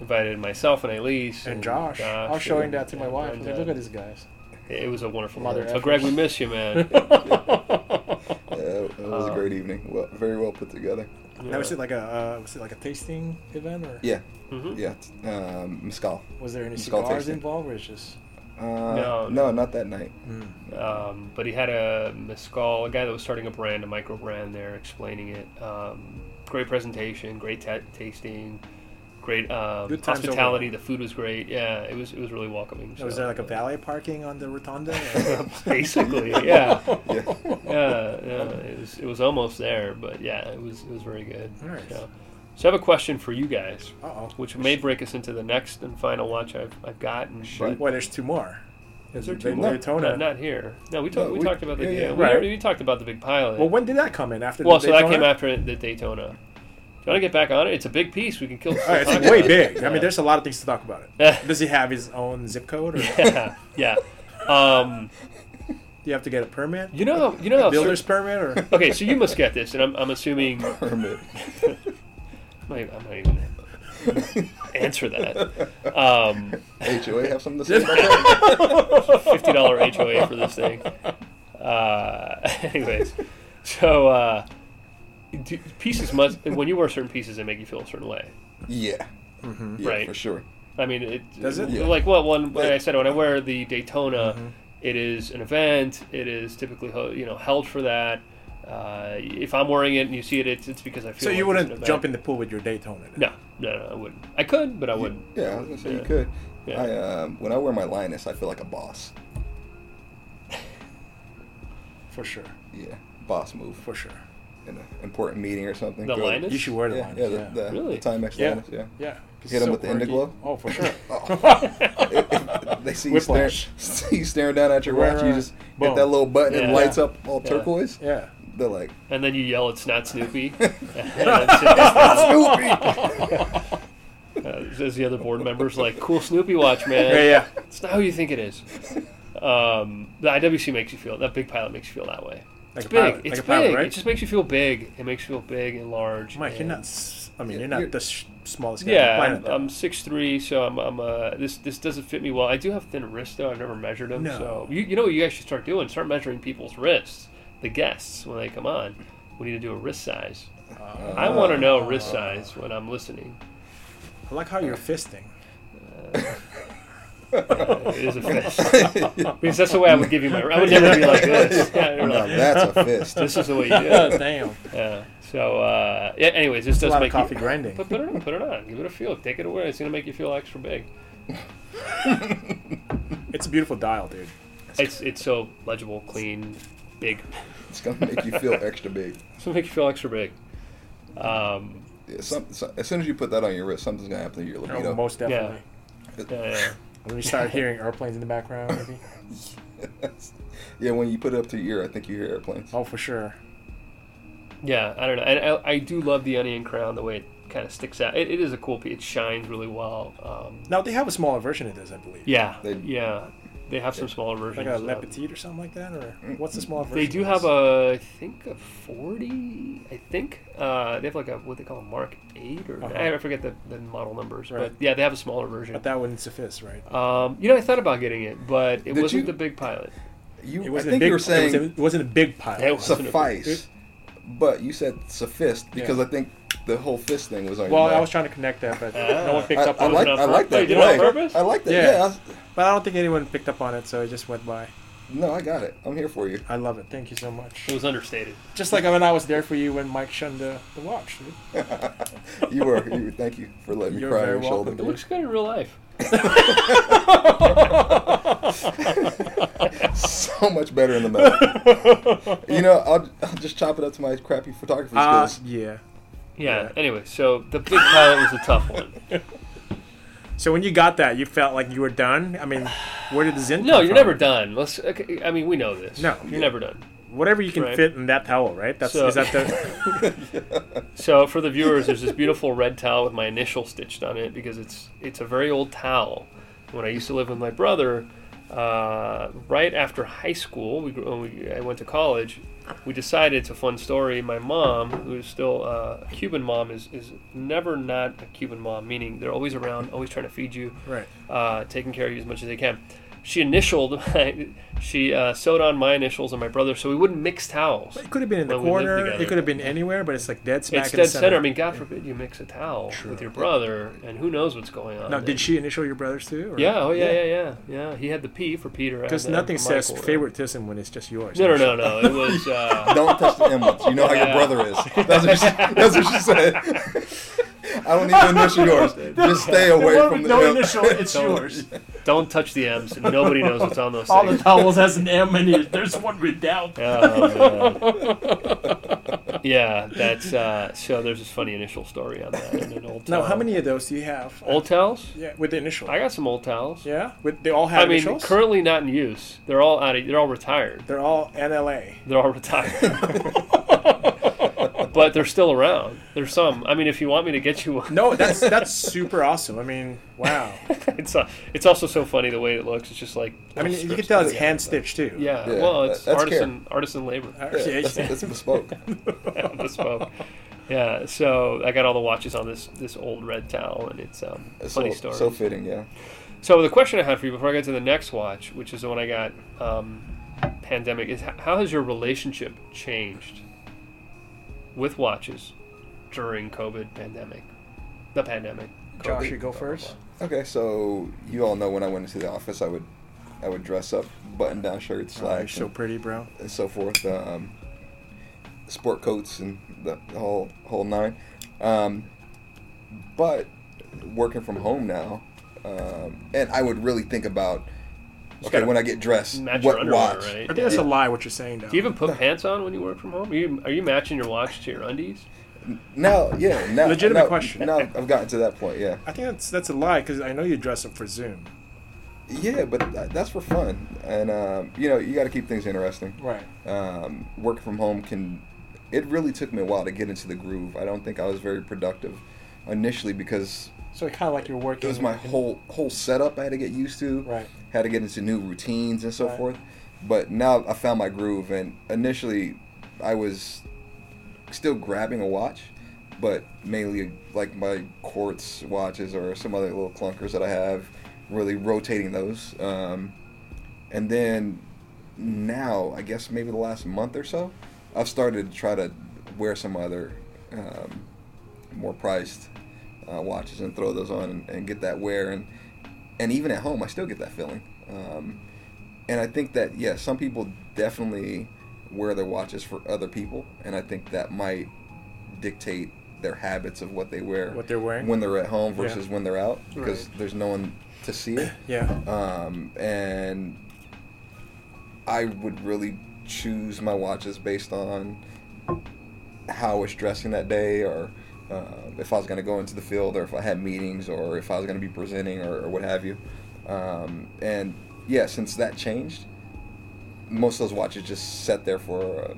S3: invited myself and Elise
S5: and Josh. I was showing that to my
S3: and
S5: wife. I was like, look
S3: Brenda.
S5: at these guys.
S3: It was a wonderful
S5: Mother
S3: mother. So
S5: effort.
S3: Greg, we miss you, man.
S2: Yeah, it was
S3: Uh.
S2: a great evening. Well, very well put together.
S5: Now, was it like a uh, was it like a tasting event or
S2: Yeah,
S3: Mhm.
S2: yeah. t- Um, mezcal.
S5: was there any
S2: Skull
S5: cigars
S2: tasting.
S5: involved or it's just
S2: Uh,
S3: No.
S2: no, not that night.
S3: Um, but he had a mescal, a guy that was starting a brand, a micro brand there, explaining it. Um, great presentation, great ta tasting. great um,
S5: Good times
S3: hospitality. The food was great. Yeah, it was it was really welcoming.
S4: Oh, Was
S3: so-
S4: there like a valet parking on the rotunda?
S3: Basically, yeah,
S2: Yeah.
S3: yeah, yeah. It was it was almost there, but yeah, it was it was very good.
S4: Nice.
S3: So, so I have a question for you guys,
S4: Uh oh.
S3: which may break us into the next and final watch I've I've gotten.
S2: Shit.
S3: But
S4: Well, there's two more.
S5: Is
S2: there
S5: it
S2: two
S5: the
S2: more?
S5: Daytona?
S3: not, not here. No, we
S2: No,
S3: talked we,
S2: we-
S3: talked about the
S2: yeah,
S3: yeah,
S2: yeah.
S3: we,
S5: Right.
S3: already- we talked about the big pilot.
S4: Well, when did that come in? After
S3: Well,
S4: the
S3: so that came
S4: Daytona?
S3: after the Daytona. Do you want to get back on it? It's a big piece. We can kill.
S4: All right,
S3: talk
S4: it's way
S3: about it.
S4: big. I mean, there's a lot of things to talk about. It. Does he have his own zip code, or do
S3: yeah, yeah. Um,
S4: you have to get a permit?
S3: you know, how- you know. How
S4: Builder's
S3: cer-
S4: permit, or
S3: okay, so you must get this, and I'm, I'm assuming. I'm
S2: Permit.
S3: not even- I'm not even gonna answer that. Um,
S2: HOA have something to say about that?
S3: fifty dollar HOA for this thing. Uh, anyways, so uh, do, pieces must when you wear certain pieces, they make you feel a certain way.
S2: Yeah.
S4: Mm-hmm.
S2: Yeah,
S3: Right.
S2: for sure.
S3: I mean, it
S4: Does it? Mm-hmm.
S2: Yeah.
S3: Like what one? Like
S2: Like-
S3: I said, when I wear the Daytona, it is an event. It is typically ho- you know held for that. Uh, if I'm wearing it and you see it, it's, it's because I feel.
S4: so
S3: like
S4: you
S3: it's an
S4: wouldn't
S3: event.
S4: jump in the pool with your Daytona? Then?
S3: No, no, no, I wouldn't. I could, but I wouldn't.
S2: Yeah, I was gonna say
S3: Yeah.
S2: you could.
S3: Yeah.
S2: I um, when I wear my Linus, I feel like a boss.
S4: for sure,
S2: Yeah, boss move
S4: for sure.
S2: in an important meeting or something.
S3: The
S2: Go-
S3: Linus?
S4: You should wear the
S2: Yeah,
S4: Linus,
S2: yeah,
S4: yeah.
S2: the, the,
S3: Really?
S2: the Timex
S4: Yeah.
S2: Linus. Yeah.
S4: Yeah, 'cause
S2: Hit
S4: it's
S2: 'em
S4: so
S2: with the
S4: quirky.
S2: Indiglo?
S4: Oh, for sure.
S2: they see you, stare,
S4: Whiplash.
S2: see you staring down at your
S4: Right,
S2: watch.
S4: right.
S2: You just
S4: Boom.
S2: hit that little button and
S3: Yeah.
S2: it lights up all
S3: Yeah.
S2: turquoise.
S4: yeah.
S2: They're like,
S3: And then you yell, "It's not Snoopy." and I'm sitting
S2: Snoopy.
S3: there, uh, as the other board members like, "Cool Snoopy watch, man."
S4: Yeah, yeah.
S3: It's not who you think it is. Um, the IWC makes you feel that big pilot makes you feel that way.
S4: Like
S3: It's
S4: a
S3: big.
S4: pilot,
S3: it's
S4: like a pilot,
S3: big.
S4: right?
S3: It just makes you feel big. It makes you feel big and large.
S4: Mike, you're
S3: and-
S4: not. s- I mean,
S2: Yeah,
S4: you're not
S2: you're-
S4: the sh- smallest guy
S3: Yeah,
S4: on the
S3: I'm,
S4: planet.
S3: I'm six three, so I'm, I'm uh, this this doesn't fit me well. I do have thin wrists though. I've never measured them.
S4: No.
S3: So you you know what you guys should start doing? Start measuring people's wrists. The guests when they come on, we need to do a wrist size. I want to know wrist size when I'm listening.
S4: though. I like how you're fisting.
S3: Uh, it is a fist because that's the way I would give you my. I would never be like this. Yeah, you're
S2: now
S3: like,
S2: that's a fist.
S3: this is the way you do. it.
S4: Damn.
S3: Yeah. So, uh, yeah. Anyways, this
S4: It's a
S3: does
S4: lot of
S3: make
S4: coffee
S3: you
S4: grinding.
S3: put, put it on. Put it on. Give it a feel. Take it away. It's gonna make you feel extra big.
S4: It's a beautiful dial, dude.
S3: It's it's so legible, clean, big.
S2: It's gonna make you feel extra big.
S3: It's gonna make you feel extra big. Um,
S2: Yeah, some, so- as soon as you put that on your wrist, something's gonna happen to your
S4: Oh,
S2: libido.
S4: most definitely.
S3: yeah,
S5: When we start hearing airplanes in the background, maybe.
S2: yeah, when you put it up to your ear, I think you hear airplanes.
S5: Oh, for sure.
S3: yeah. I don't know. And I, I do love the onion crown. The way it kind of sticks out. It, it is a cool piece. It shines really well. Um,
S4: Now they have a smaller version of this, I believe.
S3: yeah,
S2: They-
S3: yeah. They have some smaller versions.
S4: Like a
S3: of-
S4: Le Petit or something like that, or what's the smaller version?
S3: Mm, They do
S4: of
S3: have
S4: this?
S3: a, I think a forty. I think uh, they have like a what they call a Mark Eight or
S4: Uh-huh.
S3: I forget the, the model numbers,
S4: Right.
S3: but yeah, they have a smaller version.
S4: But that wouldn't suffice, right?
S3: Um, you know, I thought about getting it, but it
S2: Did
S3: wasn't
S2: you-
S3: the big pilot.
S2: You,
S4: It
S2: I
S4: wasn't a
S2: think
S4: big,
S2: you were
S4: it,
S2: saying
S4: was, it wasn't a big pile.
S3: It wasn't a big-
S2: suffice, but you said suffice because
S4: Yeah.
S2: I think the whole fist thing was on
S5: Well,
S2: your
S5: I
S2: mind.
S5: was trying to connect that, but
S3: Ah.
S5: no one picked
S2: I,
S5: up
S2: I
S5: on
S2: like,
S5: it.
S3: on
S2: I like
S3: purpose?
S2: that.
S3: You did it on
S2: play.
S3: purpose?
S2: I like that.
S4: Yeah.
S2: Yeah. I was-
S4: But I don't think anyone picked up on it, so it just went by.
S2: no, I got it. I'm here for you.
S4: I love it. Thank you so much.
S3: It was understated.
S5: Just like when I was there for you when Mike shunned the, the watch. dude.
S2: You were. You, thank you for letting me
S4: You're
S2: cry on
S4: very
S2: your
S4: welcome,
S3: It
S2: shoulder.
S3: looks good in real life.
S2: so much better in the metal. you know, I'll, I'll just chop it up to my crappy photography
S4: Uh,
S2: skills.
S4: yeah.
S3: Yeah.
S4: Yeah.
S3: Anyway, so the big pilot was a tough one.
S4: So when you got that, you felt like you were done. I mean, where did the Zen?
S3: No,
S4: come
S3: you're
S4: from?
S3: never done. Let's. Okay, I mean, we know this.
S4: No.
S3: you're never done.
S4: Whatever you can
S3: Right.
S4: fit in that towel, right? That's
S3: So-
S4: is that the
S3: So for the viewers, there's this beautiful red towel with my initial stitched on it because it's it's a very old towel. When I used to live with my brother, uh, right after high school, we, grew- when we I went to college. We decided it's a fun story. My mom, who is still uh, a Cuban mom, is is never not a Cuban mom, meaning they're always around, always trying to feed you,
S4: right?
S3: uh, taking care of you as much as they can. She initialed, my, she uh, sewed on my initials and my brother, so we wouldn't mix towels.
S4: It could have been in the
S3: When we lived
S4: corner.
S3: together.
S4: It could have been anywhere, but it's like dead smack
S3: it's
S4: in the
S3: dead center. I mean, God forbid you mix a towel with your brother, and who knows what's going on.
S4: now,
S3: there.
S4: did she initial your brothers too? Or?
S3: Oh, Yeah. Oh, yeah, yeah, yeah, yeah. He had the P for Peter. I
S4: Because
S3: had the M
S4: nothing
S3: for
S4: says
S3: Michael.
S4: favoritism when it's just yours.
S3: No, no, no, no. It was. Uh,
S2: Don't touch the emblems. You know how
S3: Yeah.
S2: your brother is. That's what she, that's what she said. I don't need to initial yours. Just stay away
S4: one
S2: from the
S4: with no
S2: milk.
S4: initial, it's
S2: Don't-
S4: yours.
S3: Don't touch the M's. Nobody knows what's on those
S4: All the
S3: things.
S4: towels has an M in it. There's one without.
S3: Oh, man. yeah, that's uh, so. There's this funny initial story on that. in an old
S5: Now, how
S3: towel.
S5: many of those do you have?
S3: old towels?
S5: Yeah, with the initial.
S3: I got some old towels.
S5: yeah, with they all have
S3: I mean,
S5: initials.
S3: currently not in use. They're all out of. They're all retired.
S5: They're all NLA.
S3: They're all retired. but they're still around. There's some. I mean, if you want me to get you one,
S5: No, that's that's super awesome. I mean, wow.
S3: it's uh, it's also so funny the way it looks. It's just like
S5: I mean, you can
S3: strips.
S5: tell it's hand stitched too.
S3: Yeah,
S2: Yeah,
S3: well, it's
S2: that's
S3: artisan artisan labor.
S5: Uh,
S2: Yeah,
S5: yeah,
S2: that's,
S5: yeah.
S2: that's bespoke.
S3: Bespoke. Yeah, so I got all the watches on this this old red towel, and it's um, a
S2: That's
S3: funny
S2: so,
S3: story.
S2: So fitting, yeah.
S3: So the question I had for you before I get to the next watch, which is the one I got, um, pandemic, is h- how has your relationship changed with watches during COVID pandemic, the pandemic?
S5: Josh,
S3: COVID,
S5: you go
S3: blah, blah,
S5: first.
S2: Okay, so you all know when I went into the office, I would, I would dress up, button-down shirts,
S5: Oh, you're
S2: slacks,
S5: so
S2: and,
S5: pretty, bro.
S2: and so forth, um, sport coats, and the whole whole nine. Um, but working from home now, um, and I would really think about, okay,
S3: gotta
S2: when I get dressed,
S3: blah. Match your
S2: what
S3: underwear,
S2: watch?
S3: right?
S5: I think
S3: Yeah.
S5: that's a lie. What you're saying, though.
S3: Do you even put pants on when you work from home? Are you, are you matching your watch to your undies?
S2: Now, yeah, now,
S5: Legitimate
S2: now-
S5: question.
S2: Now I've gotten to that point, yeah.
S5: I think that's that's a lie because I know you dress up for Zoom.
S2: Yeah, but th- that's for fun, and um, you know you got to keep things interesting.
S5: Right.
S2: Um, working from home can. It really took me a while to get into the groove. I don't think I was very productive initially because
S5: So kind of like you're working.
S2: it was my whole whole setup I had to get used to.
S5: Right.
S2: Had to get into new routines and so
S5: Right.
S2: forth. But now I found my groove, and initially I was still grabbing a watch, but mainly like my quartz watches or some other little clunkers that I have, really rotating those. Um, and then now, I guess maybe the last month or so, I've started to try to wear some other um, more priced uh, watches and throw those on and, and get that wear and and even at home I still get that feeling. Um, and I think that yeah, some people definitely wear their watches for other people, and I think that might dictate their habits of what they wear,
S5: What they're wearing.
S2: when they're at home versus when they're out because
S5: Right.
S2: there's no one to see it
S5: Yeah.
S2: um, and I would really choose my watches based on how I was dressing that day, or uh, if I was going to go into the field, or if I had meetings, or if I was going to be presenting, or, or what have you. Um, and yeah, since that changed, most of those watches just sat there for a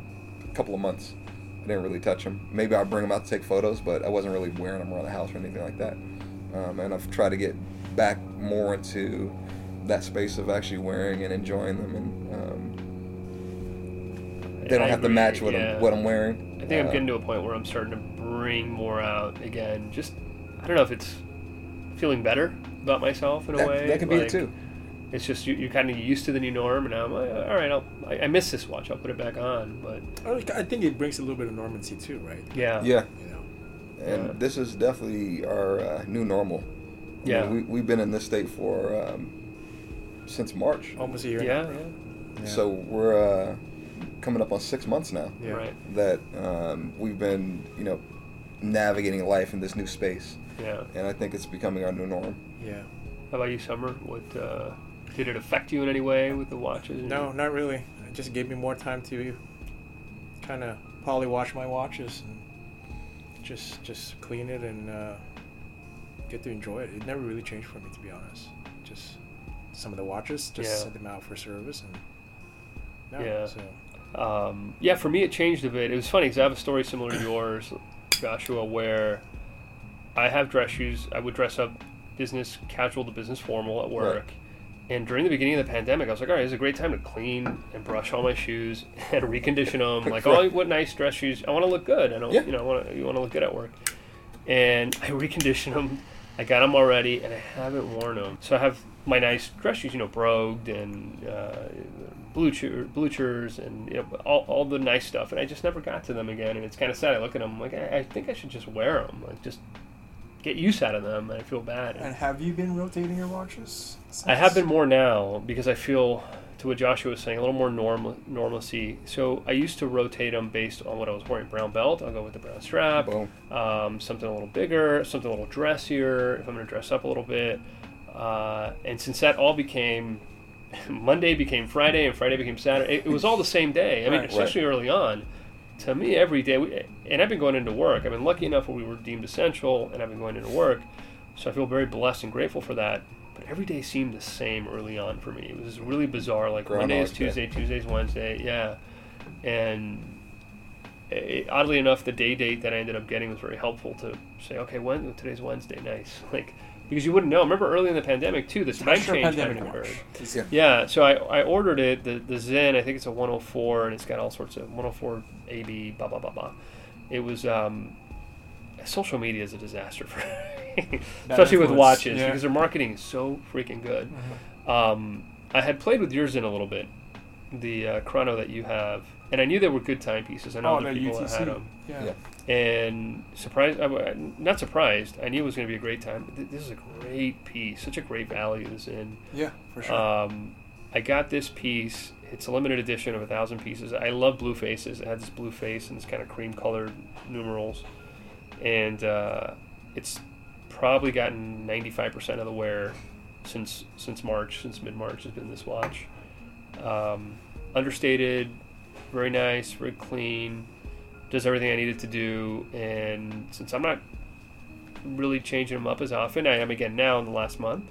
S2: couple of months. I didn't really touch them. Maybe I'll bring them out to take photos, but I wasn't really wearing them around the house or anything like that. Um, and I've tried to get back more into that space of actually wearing and enjoying them, and um, they don't
S3: I
S2: have to
S3: agree,
S2: match what
S3: yeah.
S2: I'm what I'm wearing.
S3: I think I'm
S2: Uh,
S3: getting to a point where I'm starting to bring more out again. Just I don't know if it's feeling better about myself in a
S2: that,
S3: way.
S2: that could be it
S3: Like,
S2: too.
S3: It's just you, you're kind of used to the new norm, and I'm like, all right. I'll, I, I miss this watch. I'll put it back on. But
S5: I I think Oh, it brings a little bit of normancy too, right?
S3: yeah,
S2: Yeah,
S5: You know.
S2: and
S3: uh, Yeah.
S2: this is definitely our uh, new normal. I
S3: Yeah.
S2: mean, we we've been in this state for um, since March,
S5: Almost a year.
S3: yeah,
S5: and a half.
S3: Oh, yeah,
S2: so we're uh, coming up on six months now
S5: Yeah.
S3: right,
S2: that um, we've been, you know, navigating life in this new space,
S3: yeah. How
S2: and I think it's becoming our new norm.
S5: Yeah.
S3: about you, Summer? What uh, did it affect you in any way with the watches?
S5: No, not really. It just gave me more time to kind of poly wash my watches and just just clean it and uh, get to enjoy it. It never really changed for me, to be honest. Just some of the watches, just
S3: Yeah.
S5: set them out for service and. No,
S3: Yeah.
S5: So
S3: um, yeah, for me it changed a bit. It was funny because I have a story similar to yours, Joshua, where I have dress shoes. I would dress up business casual to business formal at work.
S2: Right.
S3: And during the beginning of the pandemic, I was like, all right, this is a great time to clean and brush all my shoes and recondition them. Like, oh,
S2: Right.
S3: what nice dress shoes. I want to look good. I don't,
S2: Yeah.
S3: you know, I want to, you want to look good at work. And I reconditioned them. I got them already, and I haven't worn them. So I have my nice dress shoes, you know, brogued and uh, blucher, bluchers and you know, all, all the nice stuff. And I just never got to them again. And it's kind of sad. I look at them like, I, I think I should just wear them. Like, just get use out of them. And I feel bad.
S4: And have you been rotating your watches?
S3: I have been more now because I feel to what Joshua was saying, a little more normal normalcy. So I used to rotate them based on what I was wearing. Brown belt, I'll go with the brown strap.
S2: Boom.
S3: Um, something a little bigger, something a little dressier. If I'm going to dress up a little bit, uh, and since that all became Monday became Friday and Friday became Saturday, it, it was all the same day. I mean,
S4: Right.
S3: especially early on. To me, every day, we, and I've been going into work. I've been lucky enough where we were deemed essential, and I've been going into work, so I feel very blessed and grateful for that. But every day seemed the same early on for me. It was really bizarre. Like Monday is
S2: Groundhog Day.
S3: Tuesday, Tuesday's Wednesday. Yeah, and it, oddly enough, the day date that I ended up getting was very helpful to say, okay, when today's Wednesday, nice. Like because you wouldn't know. Remember early in the pandemic too, the time
S4: Extra
S3: change hadn't
S4: pandemic
S3: occurred.
S4: watch.
S2: Yeah.
S3: Yeah, so I, I ordered it the the Zen. I think it's a 104, and it's got all sorts of 104 AB blah blah blah blah. It was um, social media is a disaster for, especially with
S4: influence,
S3: watches
S4: yeah. Mm-hmm.
S3: because their marketing is so freaking good. Um, I had played with yours in a little bit, the uh, chrono that you have, and I knew they were good timepieces. I know
S4: Oh,
S3: other
S4: the
S3: people that had
S4: UTC.
S3: them
S4: Yeah.
S2: Yeah.
S3: and surprised I, wa- not surprised i knew it was going to be a great time Th- this is a great piece such a great value this in
S4: Yeah, for sure.
S3: um, i got this piece it's a limited edition of a thousand pieces i love blue faces it had this blue face and this kind of cream colored numerals and uh, it's probably gotten 95% of the wear since since march since mid-march has been this watch um, understated very nice very clean does everything I needed to do. And since I'm not really changing them up as often, I am again now in the last month.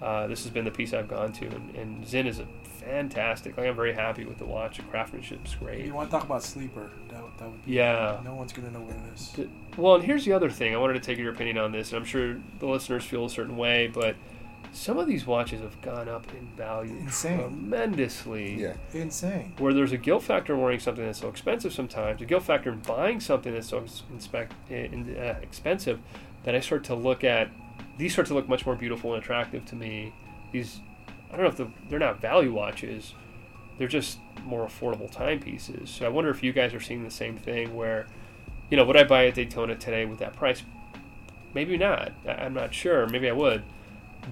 S3: Uh, this has been the piece I've gone to, and, and Zin is a fantastic. Like I'm very happy with the watch. The craftsmanship's great.
S4: you want to talk about sleeper? That, would- that would be.
S3: Yeah.
S4: No one's gonna know what it is.
S3: Well, and here's the other thing. I wanted to take your opinion on this, and I'm sure the listeners feel a certain way, but some of these watches have gone up in value
S6: Insane.
S3: tremendously.
S2: Yeah.
S6: Insane.
S3: where there's a guilt factor in wearing something that's so expensive sometimes, a guilt factor in buying something that's so ex- inspec- in, uh, expensive, that I start to look at these start to look much more beautiful and attractive to me. These, I don't know if the, they're not value watches, they're just more affordable timepieces. So I wonder if you guys are seeing the same thing where, you know, would I buy a Daytona today with that price? Maybe not. I, I'm not sure. Maybe I would.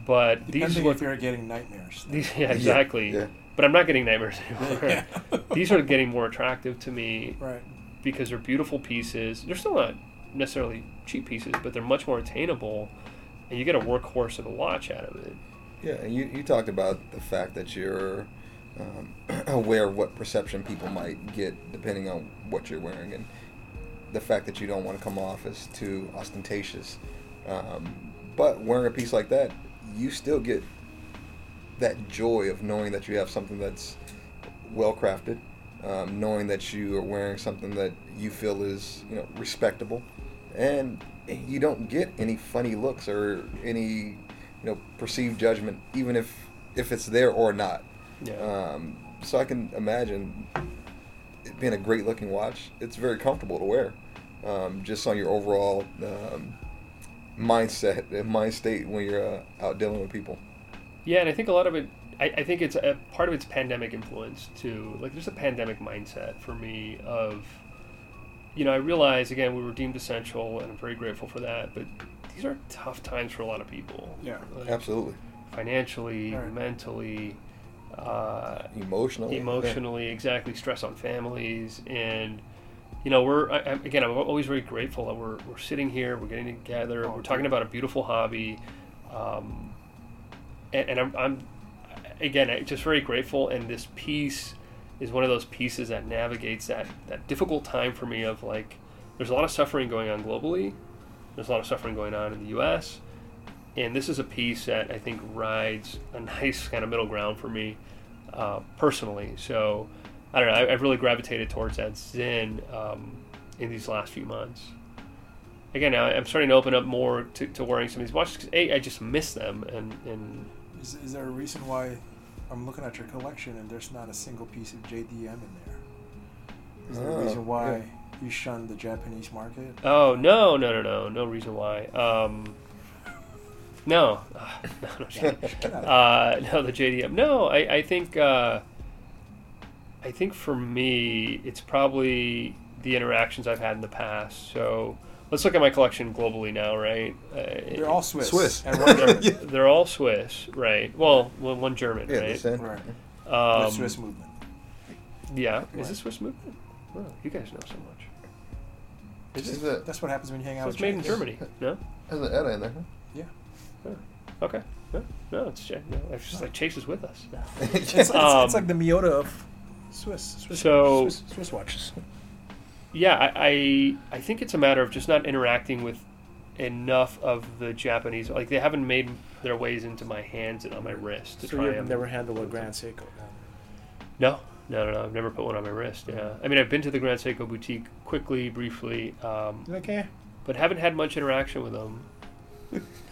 S3: But these
S4: Depending
S3: look
S4: if you're getting nightmares.
S3: these, yeah, exactly.
S2: Yeah.
S3: But I'm not getting nightmares anymore.
S4: Yeah.
S3: These are getting more attractive to me
S4: Right.
S3: because they're beautiful pieces. They're still not necessarily cheap pieces, but they're much more attainable, and you get a workhorse of a watch out of it.
S2: Yeah, and you, you talked about the fact that you're um, aware of what perception people might get depending on what you're wearing, and the fact that you don't want to come off as too ostentatious. Um, but wearing a piece like that, you still get that joy of knowing that you have something that's well crafted, um, knowing that you are wearing something that you feel is you know respectable, and you don't get any funny looks or any you know perceived judgment, even if if it's there or not.
S3: Yeah.
S2: Um, so I can imagine it being a great looking watch. It's very comfortable to wear, um, just on your overall um, mindset and mind state when you're uh, out dealing with people.
S3: Yeah, and I think a lot of it. I, I think it's a part of its pandemic influence too. Like, there's a pandemic mindset for me of, you know, I realize again we were deemed essential, and I'm very grateful for that. But these are tough times for a lot of people.
S4: Yeah.
S3: Like,
S2: Absolutely,
S3: Financially,
S4: Right.
S3: mentally, uh,
S2: emotionally.
S3: emotionally exactly stress on families and you know we're I, I'm- again i'm always very grateful that we're, we're sitting here we're getting together we're talking about a beautiful hobby um, and, and I'm, I'm again I'm just very grateful and this piece is one of those pieces that navigates that that difficult time for me of like there's a lot of suffering going on globally there's a lot of suffering going on in the us and this is a piece that i think rides a nice kind of middle ground for me uh, personally. So I don't know. I, I've really gravitated towards that Zen um, in these last few months. Again, I, I'm starting to open up more to, to wearing some of these watches. 'cause, A, I just miss them, and and
S4: Is, is there a reason why I'm looking at your collection and there's not a single piece of JDM in there? Is there
S2: Oh,
S4: a reason why
S2: yeah.
S4: you shun the Japanese market?
S3: oh no no no no no reason why. Um, no, Ah, no, no, no. uh, no, the JDM. No, I, I think uh, I think for me, it's probably the interactions I've had in the past. So let's look at my collection globally now, right? Uh,
S4: They're all Swiss.
S2: Swiss.
S4: And one German.
S3: they're all Swiss, right? Well, one one German,
S2: Yeah,
S3: right?
S2: the same.
S4: Right.
S3: Um,
S5: with Swiss movement.
S3: Yeah. Is
S5: Right.
S3: this Swiss movement? Wow, you guys know so much.
S2: Is
S3: Is it?
S2: it?
S5: That's what happens when you hang out
S3: So
S5: with
S3: it's made in
S5: Czechs.
S3: Germany. No.
S2: Has an Edda in there? huh?
S3: Okay. No, no it's Czech. No, it's just like Chase is with us.
S5: It's, it's,
S3: Um,
S5: it's like the Miota of Swiss. Swiss
S3: So-
S5: Swiss, Swiss watches.
S3: Yeah, I, I I think it's a matter of just not interacting with enough of the Japanese. Like they haven't made their ways into my hands and on my wrist to
S5: So
S3: try
S5: you've
S3: and.
S5: never handled a Grand Seiko. no?
S3: No, no, no, no. I've never put one on my wrist. Yeah, I mean I've been to the Grand Seiko boutique quickly, briefly, um,
S5: You're like, eh,
S3: but haven't had much interaction with them.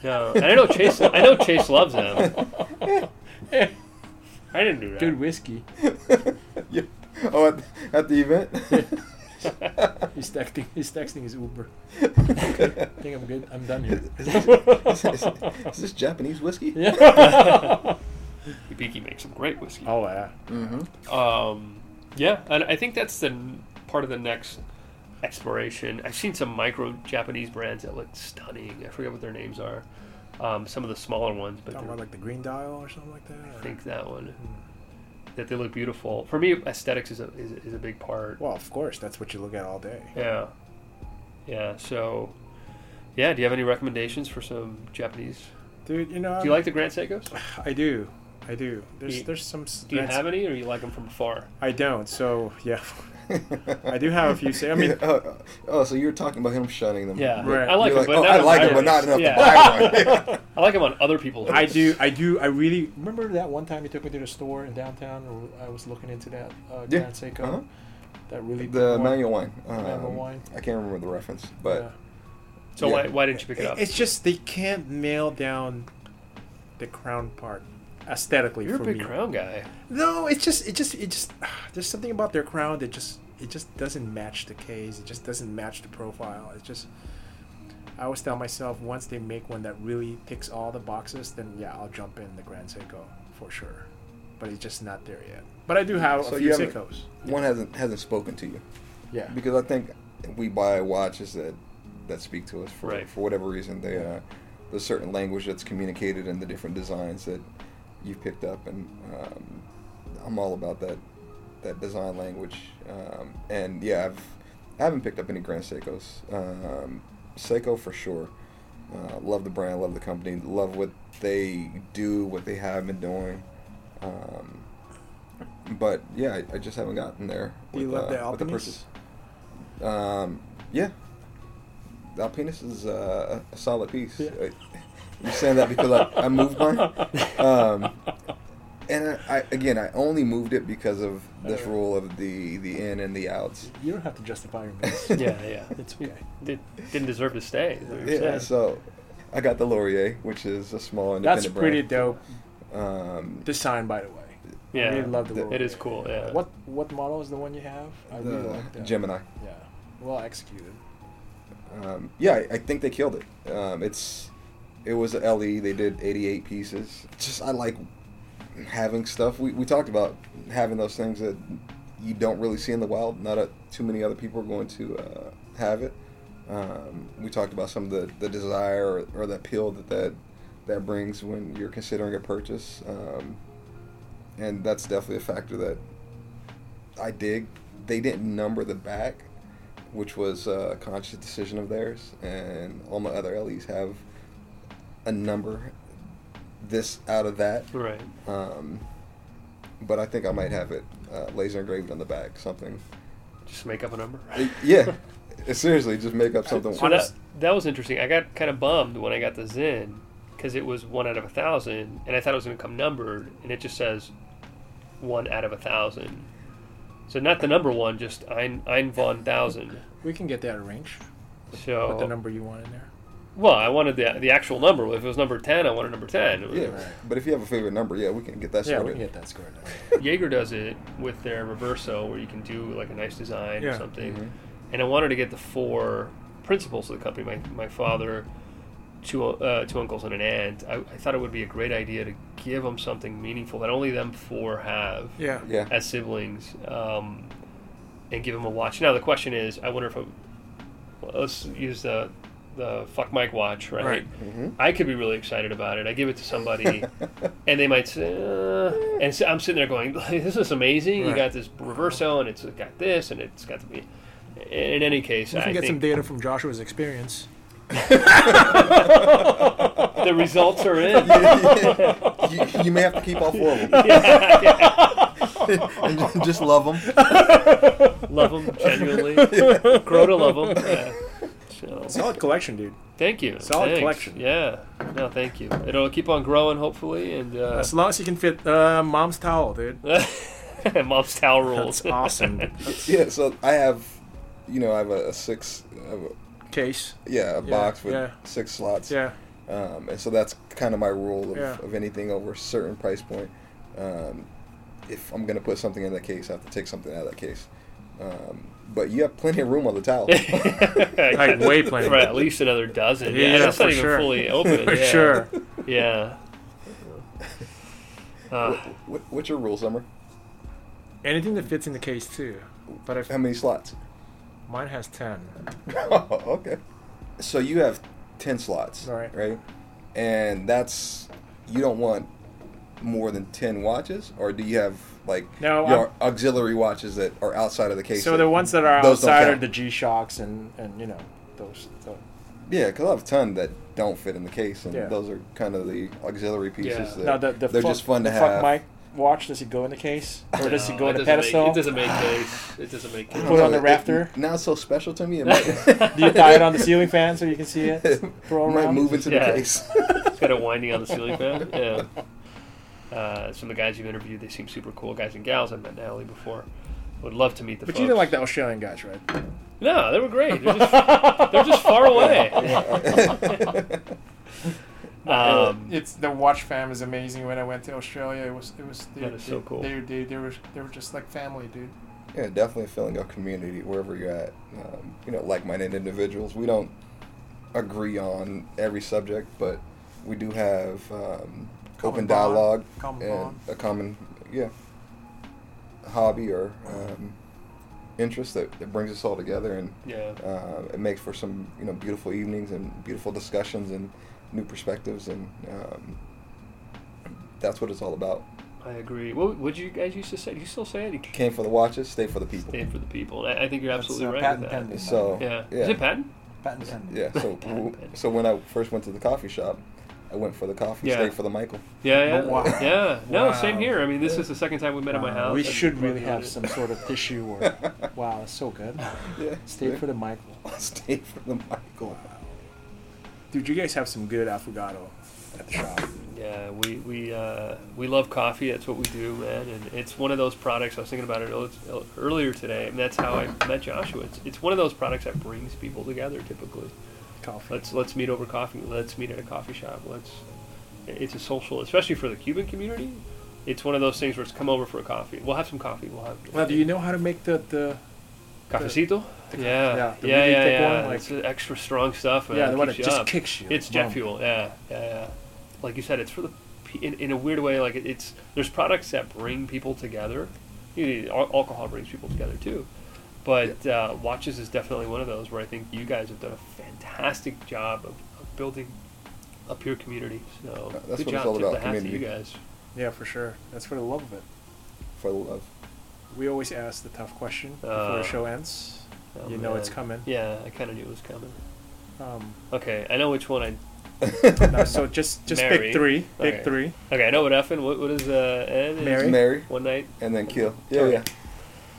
S3: No, and I know Chase. I know Chase loves them. I didn't do that.
S7: Good whiskey.
S2: Yeah. Oh, at, at the event.
S7: He's texting. He's texting his Uber. I think I'm good. I'm done here.
S2: is, this, is, is this Japanese whiskey?
S3: Yubiki makes some great whiskey.
S7: Oh yeah.
S2: Mm-hmm.
S3: Um, yeah, and I think that's the n- part of the next exploration. I've seen some micro Japanese brands that look stunning. I forget what their names are. Um, some of the smaller ones, but
S5: talking
S3: they're-
S5: about like the green dial or something like that.
S3: I
S5: or-
S3: think that one
S5: Hmm.
S3: that they look beautiful. For me, aesthetics is a is, a- is a big part.
S5: Well, of course, that's what you look at all day.
S3: Yeah, yeah. So, yeah. Do you have any recommendations for some Japanese?
S5: Dude, you know,
S3: Do you like the Grand Seikos?
S5: I do, I do. There's
S3: you-
S5: there's some.
S3: Do you have any, or you like them from afar?
S5: I don't. So yeah, I do have a few. Say, I mean,
S2: oh, oh, so you're talking about him shunning them?
S3: Yeah,
S5: Right.
S3: I like
S2: You're
S3: them, but
S2: oh,
S3: not
S2: I
S3: on
S2: like
S3: my
S2: it, but not
S3: list.
S2: enough
S3: Yeah.
S2: to buy one.
S3: I like them on other people's.
S5: I
S3: lists.
S5: do, I do, I really remember that one time you took me to the store in downtown. Or I was looking into that uh,
S2: Yeah,
S5: Grand Seiko.
S2: uh-huh.
S5: That really
S2: the
S5: one-
S2: manual wine. Um,
S5: Manual wine.
S2: I can't remember the reference, but
S3: So
S2: Yeah.
S3: why, why didn't you pick it
S5: Yeah.
S3: up?
S5: It's just they can't nail down the crown part aesthetically
S3: You're a
S5: for
S3: big
S5: me.
S3: crown guy.
S5: No, it's just it just it just there's something about their crown that just it just doesn't match the case. It just doesn't match the profile. It's just I always tell myself once they make one that really ticks all the boxes, then yeah, I'll jump in the Grand Seiko for sure. But it's just not there yet. But I do have
S2: So
S5: a
S2: you
S5: few
S2: haven't-
S5: Seikos.
S2: one hasn't hasn't spoken to you
S5: Yeah.
S2: because I think we buy watches that that speak to us for
S3: Right.
S2: for whatever reason. They uh, there's certain language that's communicated in the different designs that you've picked up, and um, I'm all about that that design language. Um, and yeah, I've I haven't picked up any Grand Seikos. Um, Seiko for sure. Uh, love the brand, love the company, love what they do, what they have been doing. Um, but yeah, I, I just haven't gotten there.
S5: Do you love the
S2: with the
S5: Alpinis?
S2: purchase. Um, yeah, the Alpinis is uh, a solid piece.
S5: Yeah.
S2: Uh, You're saying that because I, I moved mine, um, and I, I again I only moved it because of this
S5: Alright.
S2: rule of the the in and the outs.
S5: You don't have to justify your moves.
S3: yeah, yeah.
S5: It's okay.
S3: Did, didn't deserve to stay. is what you're
S2: Yeah,
S3: saying.
S2: so I got the Laurier, which is a small independent
S5: That's pretty
S2: brand.
S5: dope
S2: Um,
S5: design by the way.
S3: yeah.
S5: I really love the
S2: Th-
S5: little-
S3: It is cool. Yeah.
S5: What what model is the one you have? I really
S2: the
S5: like that.
S2: Gemini.
S5: Yeah. Well executed.
S2: Um, yeah, I, I think they killed it. Um, it's it was a LE. They did 88 pieces. Just I like having stuff. We, we talked about having those things that you don't really see in the wild. Not a, too many other people are going to uh, have it. Um, we talked about some of the, the desire or, or the appeal that, that that brings when you're considering a purchase, um, and that's definitely a factor that I dig. They didn't number the back, which was a conscious decision of theirs, and all my other LEs have a number this out of that.
S3: Right.
S2: Um, but I think I might have it uh, laser engraved on the back, something.
S3: Just make up a number.
S2: Uh, Yeah, seriously, just make up something.
S3: So that, that was interesting. I got kind of bummed when I got the Zen because it was one out of a thousand, and I thought it was going to come numbered, and it just says one out of a thousand. So not the number one, just ein, ein von thousand.
S5: We can get that arranged. Put the
S3: So
S5: number you want in there.
S3: well, I wanted the the actual number. If it was number ten, I wanted number ten.
S2: yeah, but if you have a favorite number, yeah, we can get that
S5: Yeah,
S2: started.
S5: we can get that squared. away.
S3: Jaeger does it with their reverso, where you can do like a nice design or
S5: Yeah.
S3: something. And I wanted to get the four principals of the company. My my father, two uh, two uncles and an aunt. I, I thought it would be a great idea to give them something meaningful that only them four have
S5: Yeah.
S2: Yeah.
S3: as siblings, um, and give them a watch. Now the question is, I wonder if. i let's use the the fuck Mike watch, right?
S1: Right.
S2: Mhm.
S3: I could be really excited about it. I give it to somebody, and they might say, uh, and so I'm sitting there going, "This is amazing! You
S1: Right.
S3: got this reverso, and it's got this, and it's got the." In any case,
S5: We can
S3: I
S5: get some
S3: think
S5: data from Joshua's experience.
S3: the results are in.
S2: you, you may have to keep all four of them and ju- just love them.
S3: love them genuinely. Grow to love them. So,
S4: Solid collection, dude.
S3: thank you.
S4: Solid
S3: Thanks.
S4: collection.
S3: Yeah. No, thank you. It'll keep on growing, hopefully, and uh,
S4: As long as you can fit uh, mom's towel, dude.
S3: mom's towel rules.
S4: That's awesome. dude.
S2: Yeah, so I have, you know, I have a, a six, I have a-
S5: Case.
S2: yeah, a box with
S4: yeah.
S2: six slots.
S4: Yeah.
S2: Um, and so that's kind of my rule of,
S4: Yeah.
S2: of anything over a certain price point. Um, if I'm going to put something in that case, I have to take something out of that case. Um, but you have plenty of room on the towel.
S4: Like way plenty.
S3: Right, at least another dozen. Yeah,
S4: Yeah,
S3: that's
S4: for
S3: not even
S4: sure.
S3: fully open.
S4: For
S3: yeah.
S4: sure.
S3: Yeah. Uh,
S2: what, what's your rule, Summer?
S5: Anything that fits in the case too. But if
S2: How many slots?
S5: mine has ten.
S2: okay. So you have 10 slots,
S5: Right.
S2: right? And that's, you don't want more than 10 watches? Or do you have, like,
S4: No,
S2: your auxiliary watches that are outside of the case?
S4: So
S2: that-
S4: the ones that are
S2: Those don't
S4: outside are
S2: count.
S4: the G Shocks and and you know those. the-
S2: Yeah, because I have a ton that don't fit in the case, and
S4: Yeah.
S2: those are kind of the auxiliary pieces.
S3: Yeah.
S2: That,
S4: Now the, the
S2: they're
S4: fuck,
S2: just fun to
S4: the
S2: have.
S4: Fuck Mike watch. Does it go in the case or does it
S3: no,
S4: go in the
S3: doesn't make-
S4: pedestal?
S3: It doesn't make case. It doesn't make
S2: I
S3: case.
S2: don't
S4: put it on the
S2: it-
S4: rafter?
S2: It, now it's so special to me. It might,
S4: Do you tie it on the ceiling fan so you can see it? Throw
S2: might
S4: around?
S2: move into
S3: Yeah.
S2: the case.
S3: It's got a winding on the ceiling fan. Yeah. Uh, some of the guys you've interviewed, they seem super cool guys and gals. I've met in Alley before. Would love to meet the
S4: But
S3: folks.
S4: you didn't like the Australian guys, right?
S3: No, they were great. They're just, they're just far away. Um,
S4: it's the watch fam is amazing. When I went to Australia, it was it was they,
S3: That is so
S4: they-
S3: cool.
S4: They, they, they were they were just like family, dude.
S2: yeah, definitely a feeling of community wherever you're at. Um, you know, like-minded individuals. We don't agree on every subject, but we do have um, open
S4: bond.
S2: dialogue
S4: Common
S2: and
S4: bond.
S2: a common, yeah, hobby or um, interest that, that brings us all together and.
S3: yeah.
S2: uh, it makes for some you know beautiful evenings and beautiful discussions and new perspectives and um, that's what it's all about
S3: I agree. What would you guys used to say? Do you still say it? You
S2: came for the watches stay for the people
S3: Stand for the people. And I, I think you're
S6: That's,
S3: absolutely
S6: uh,
S3: right
S6: patent
S3: with that.
S6: pending.
S2: so
S3: Yeah.
S2: yeah
S3: Is it patent?
S6: Patent pending.
S2: yeah so w- so when i first went to the coffee shop i went for the coffee
S3: Yeah.
S2: stayed for the michael
S3: Yeah, yeah,
S6: Oh, wow.
S3: yeah. No,
S6: Wow.
S3: same here. I mean, this is the second time we met at
S4: Uh,
S3: my
S6: Wow.
S3: house.
S6: We
S3: I
S6: should
S3: just
S6: really
S3: love
S6: have
S3: it.
S6: some sort of tissue or wow, that's so good.
S2: yeah
S6: Stay for the Michael.
S2: stayed for the michael
S4: Dude, you guys have some good affogato at the shop.
S3: Yeah, we we uh, we love coffee. That's what we do, man. And it's one of those products. I was thinking about it earl- earl- earlier today, and that's how I met Joshua. It's, it's one of those products that brings people together. Typically,
S4: Coffee.
S3: let's let's meet over coffee. Let's meet at a coffee shop. Let's. It's a social, especially for the Cuban community. It's one of those things where it's come over for a coffee. We'll have some coffee. We'll have.
S4: Now, do you know how to make the the
S3: Cafecito? yeah.
S4: yeah, the
S3: yeah,
S4: really
S3: yeah,
S4: thick
S3: yeah.
S4: one, like-
S3: it's the extra strong stuff. Man.
S4: yeah the
S3: It
S4: one that
S3: keeps you
S4: just
S3: up.
S4: kicks you?
S3: It's jet
S4: Boom.
S3: fuel. Yeah, yeah, yeah. Like you said, it's for the pe- in, in a weird way. Like it, it's there's products that bring people together. You know, al- alcohol brings people together too, but uh, watches is definitely one of those where I think you guys have done a fantastic job of, of building a peer community. So
S2: That's what
S3: good
S2: it's
S3: job.
S2: all
S3: Tip
S2: about,
S3: the hat to you
S2: community.
S3: guys.
S4: Yeah, for sure. That's for the love of it.
S2: for the love
S4: We always ask the tough question before
S3: Uh,
S4: the show ends.
S3: Oh,
S4: you know it's
S3: man.
S4: coming.
S3: Yeah, I kind of knew it was coming.
S4: Um,
S3: Okay, I know which one I
S4: no, so just just
S3: Mary.
S4: pick three. Pick
S3: Okay.
S4: three.
S3: Okay, I know what effing. What, what is uh, N? is?
S4: Mary.
S2: mary
S3: One night.
S2: and then kill yeah
S3: Okay.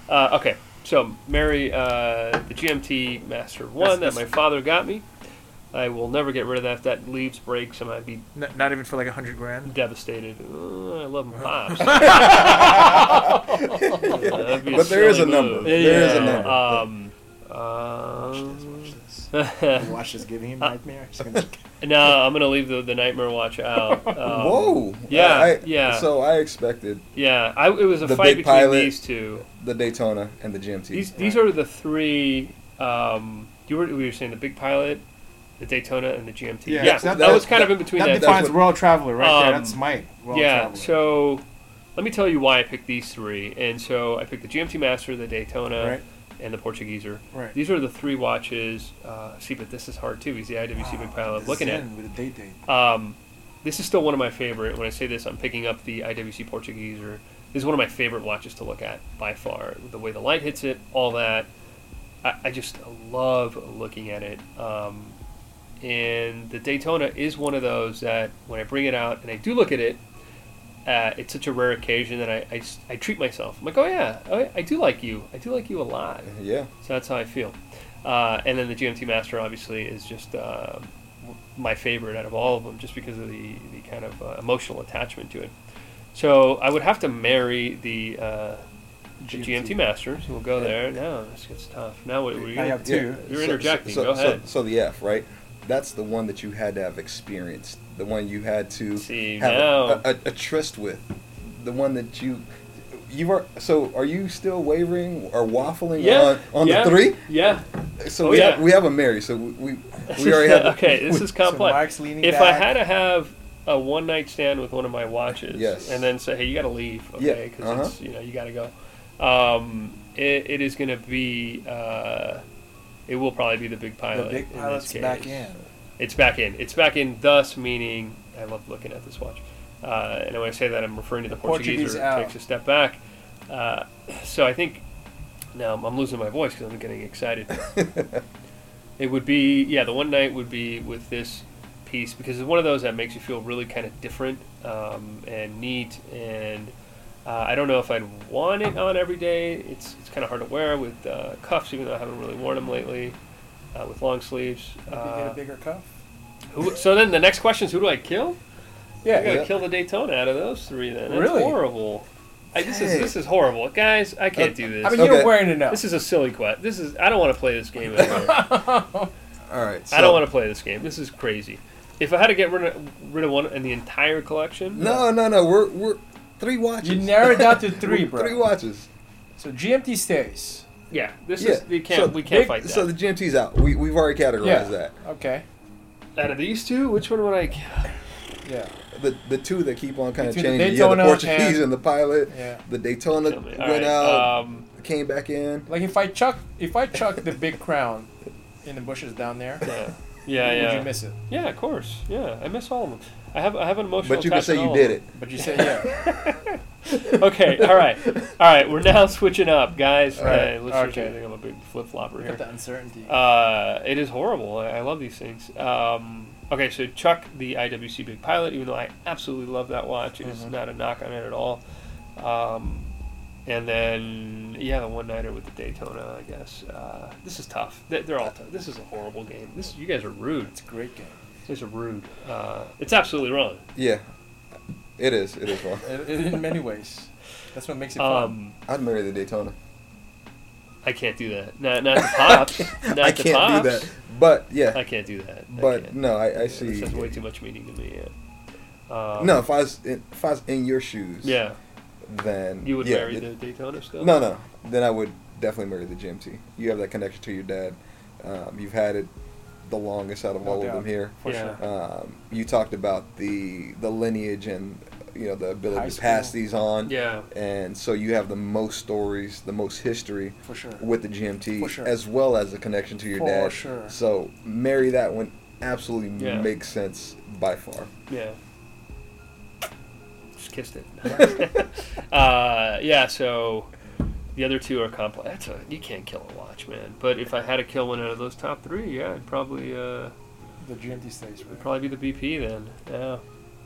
S2: yeah
S3: Uh, okay, so Mary, uh, the GMT Master One that my father got me. I will never get rid of that. If that leaves breaks, I might be
S5: N- not even for like a hundred grand.
S3: devastated. Uh, I love my pops.
S2: But there is a number.
S3: There
S2: There
S3: is
S2: is a number.
S3: Um, um,
S6: Watch this, watch this. watch this giving him
S3: Uh,
S6: nightmares.
S3: no, I'm gonna leave the, the nightmare watch out. Um,
S2: whoa
S3: yeah,
S2: I- I-
S3: yeah.
S2: so i expected
S3: Yeah, I, it was a
S2: The
S3: fight
S2: big
S3: between
S2: pilot.
S3: these two.
S2: the daytona and the gmt
S3: These these are the three. Um, you were we were saying the big pilot, the Daytona, and the GMT. Yeah,
S6: Yeah,
S2: so
S3: that,
S2: that-
S3: was kind of in between.
S6: That
S3: That,
S2: defines
S6: defines world traveler right
S3: there.
S6: there.
S3: Um, That's
S6: That's Mike.
S3: yeah. So let me tell you why I picked these three. And so I picked the GMT Master, the Daytona,
S6: Right.
S3: and the Portugueser.
S6: Right.
S3: These are the three watches. Uh, see, but this is hard too. He's the IWC big pile I'm
S6: The
S3: looking at.
S6: Zen with a date date.
S3: Um, this is still one of my favorite. When I say this, I'm picking up the IWC Portuguese, or this is one of my favorite watches to look at by far. The way the light hits it, all that. I, I just love looking at it. Um, and the Daytona is one of those that when I bring it out and I do look at it, uh, it's such a rare occasion that I, I s- I treat myself. I'm like, oh yeah, oh, yeah, I do like you. I do like you a lot.
S2: Yeah.
S3: So that's how I feel. Uh, and then the GMT Master obviously is just uh, w- my favorite out of all of them, just because of the, the kind of uh, emotional attachment to it. So I would have to marry the, uh, the GMT.
S6: GMT.
S3: Master. So we'll go there. No, this gets tough. Now what were you?
S6: I have
S2: Yeah.
S6: two.
S3: You're interjecting.
S2: So,
S3: Go ahead.
S2: So, so the F, right? That's the one that you had to have experienced. The one you had to
S3: See,
S2: have
S3: now-
S2: a, a, a tryst with. The one that you you are. So are you still wavering or waffling
S3: yeah.
S2: Uh, on, on
S3: yeah,
S2: the three?
S3: Yeah.
S2: So
S3: Oh,
S2: we,
S3: yeah.
S2: have, we have a Mary. So we we, we already have.
S3: okay, this is complex.
S6: Mark's leaning
S3: if I
S6: back.
S3: had to have a one night stand with one of my watches,
S2: Yes.
S3: and then say, "Hey, you got to leave," okay,
S2: Yeah,
S3: because
S2: uh-huh.
S3: it's you know you got to go. Um, it, it is going to be. Uh, it will probably be the big
S6: The
S3: pilot.
S6: big
S3: in
S6: pilot's
S3: this
S6: back
S3: case.
S6: in.
S3: It's back in. It's back in. Thus, meaning I love looking at this watch, uh, and when I say that, I'm referring to the,
S6: The
S3: Portuguese,
S6: Portuguese
S3: or
S6: out.
S3: takes a step back. Uh, so I think now I'm, I'm losing my voice because I'm getting excited. it would be yeah, the one night would be with this piece because it's one of those that makes you feel really kind of different um, and neat and. Uh, I don't know if I'd want it on every day. It's it's kind of hard to wear with uh, cuffs, even though I haven't really worn them lately, uh, with long sleeves.
S6: Maybe get a
S3: Uh,
S6: bigger cuff.
S3: who, so then the next question is who do I kill? I gotta
S2: Yeah.
S3: kill the Daytona out of those three. Then that's
S6: Really?
S3: horrible. I, this is
S2: Dang.
S3: this is horrible, guys. I can't do this.
S6: Uh, I mean,
S2: Okay.
S6: you're wearing it now.
S3: this is a silly quest. This is I don't want to play this game anymore.
S2: All right. So,
S3: I don't want to play this game. This is crazy. If I had to get rid of, rid of one in the entire collection,
S2: No, no, no. We're we're three watches.
S6: you narrow it down to three, bro.
S2: Three watches.
S6: So GMT stays.
S3: yeah, this
S2: yeah.
S3: is we can't
S2: So
S3: we can't
S2: big-
S3: fight that.
S2: So the GMT's out. We we've already categorized
S6: Yeah.
S2: that.
S6: Okay.
S3: out of these two, which one would I? kill?
S6: Yeah.
S2: The the two that keep on kind of
S6: Between the
S2: changing. yeah, the
S6: Daytona
S2: Portuguese
S6: and-
S2: and the pilot.
S6: Yeah.
S2: The Daytona
S3: Kill me.
S2: went
S3: All right,
S2: out,
S3: um,
S2: came back in.
S6: Like if I chuck, if I chuck the big crown in the bushes down there,
S3: yeah, yeah,
S6: would
S3: yeah.
S6: you miss it?
S3: yeah, of course. Yeah, I miss all of them. I have I have an emotional.
S2: But you can
S3: attachment
S2: say
S3: to
S2: you
S3: all of
S2: did
S3: them.
S2: it.
S6: But you said yeah.
S3: okay, all right, all right. We're now switching up, guys.
S6: All right,
S3: Uh, listeners,
S6: okay.
S3: I think I'm a big flip flopper
S6: Look at
S3: here.
S6: the uncertainty.
S3: Uh, it is horrible. I, I love these things. Um, okay, so Chuck, the IWC Big Pilot, even though I absolutely love that watch, it's
S2: Mm-hmm.
S3: not a knock on it at all. Um, and then yeah, the one nighter with the Daytona. I guess uh, this is tough. They- They're all tough. This is a horrible game. This you guys are rude.
S6: it's a great game.
S3: You guys are rude. Uh, it's absolutely wrong.
S2: Yeah, it is. It is wrong.
S6: In- in many ways. That's what makes it fun.
S3: Um,
S2: I'd marry the Daytona.
S3: I can't do that. Not not the pops. Not
S2: I
S3: the
S2: can't
S3: pops.
S2: do that. But yeah,
S3: I can't do that. I
S2: but
S3: can't.
S2: no, I, I
S3: Yeah,
S2: see.
S3: This has way too much meaning to me. Yeah. Um,
S2: No, if I was in, if I was in your shoes,
S3: Yeah,
S2: then
S3: you would
S2: yeah,
S3: marry
S2: it-
S3: the Daytona still.
S2: No, no. Then I would definitely marry the GMT. You have that connection to your dad. Um, you've had it the longest out of
S6: No
S2: all
S6: doubt.
S2: of them here.
S6: For
S3: yeah.
S6: sure.
S2: Um, you talked about the the lineage and you know the ability
S6: High
S2: to pass
S6: school.
S2: these on.
S3: Yeah.
S2: And so you have the most stories, the most history
S6: For sure.
S2: with the GMT,
S6: For sure.
S2: as well as the connection to your
S6: For
S2: dad.
S6: sure.
S2: So marry that one absolutely
S3: Yeah.
S2: makes sense by far.
S3: Yeah. Just kissed it. uh, yeah. So the other two are complex. That's a, you can't kill a watch, man. But if I had to kill one out of those top three, yeah, it'd probably uh,
S6: The GMT stays.
S3: it'd
S6: Right?
S3: probably be the BP then. Yeah.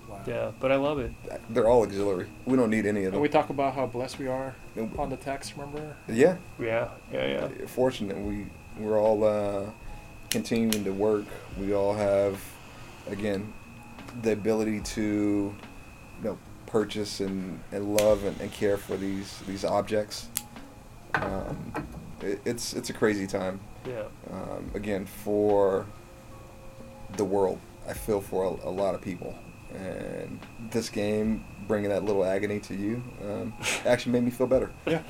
S6: Wow.
S3: Yeah. But I love it.
S2: They're all auxiliary. We don't need any of
S6: And
S2: them.
S6: we talk about how blessed we are on the text. Remember?
S2: yeah.
S3: Yeah. Yeah. Yeah.
S2: fortunate we we're all uh, continuing to work. We all have again the ability to you know purchase and, and love and, and care for these these objects. Um, it, it's it's a crazy time.
S3: Yeah.
S2: Um, again for the world. I feel for a, a lot of people, and this game bringing that little agony to you um, actually made me feel better.
S6: Yeah.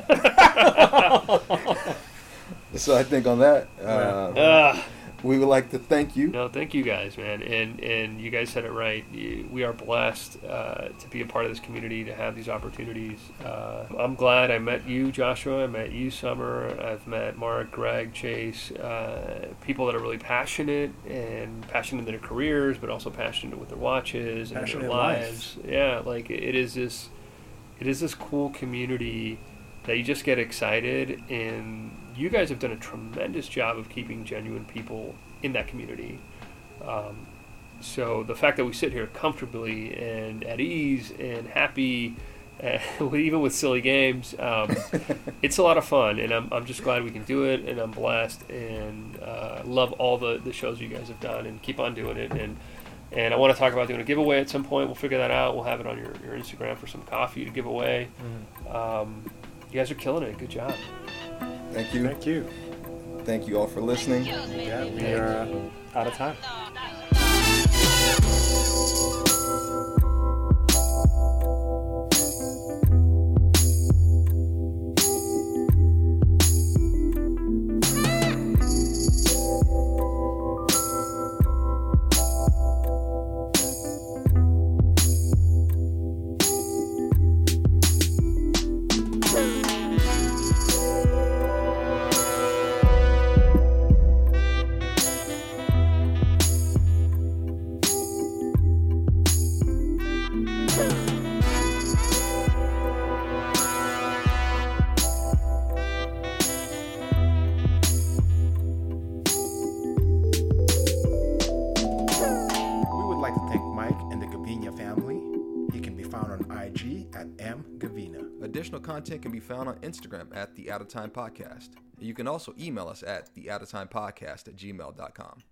S2: So I think on that, uh,
S3: Ah,
S2: we would like to thank you.
S3: No, thank you guys, man, and and you guys said it right. You, we are blessed uh, to be a part of this community, to have these opportunities. Uh, I'm glad I met you, Joshua. I met you, Summer. I've met Mark, Greg, Chase, uh, people that are really passionate and passionate in their careers, but also passionate with their watches and
S4: Passionate
S3: their
S4: in
S3: lives. Yeah, like it is this, it is this cool community that you just get excited and you guys have done a tremendous job of keeping genuine people in that community um, so the fact that we sit here comfortably and at ease and happy uh, even with silly games um, it's a lot of fun and I'm, I'm just glad we can do it and i'm blessed and uh, love all the, the shows you guys have done and keep on doing it and and i want to talk about doing a giveaway at some point we'll figure that out we'll have it on your, your instagram for some coffee to give away um, you guys are killing it good job
S2: Thank you.
S4: Thank you.
S2: Thank you all for listening.
S4: Yeah, we are uh, out of time. We would like to thank Mike and the Gavina family. He can be found on IG at mgavina.
S2: Additional content can be found on Instagram at the Out of Time Podcast. You can also email us at the Out of Time Podcast at gmail.com.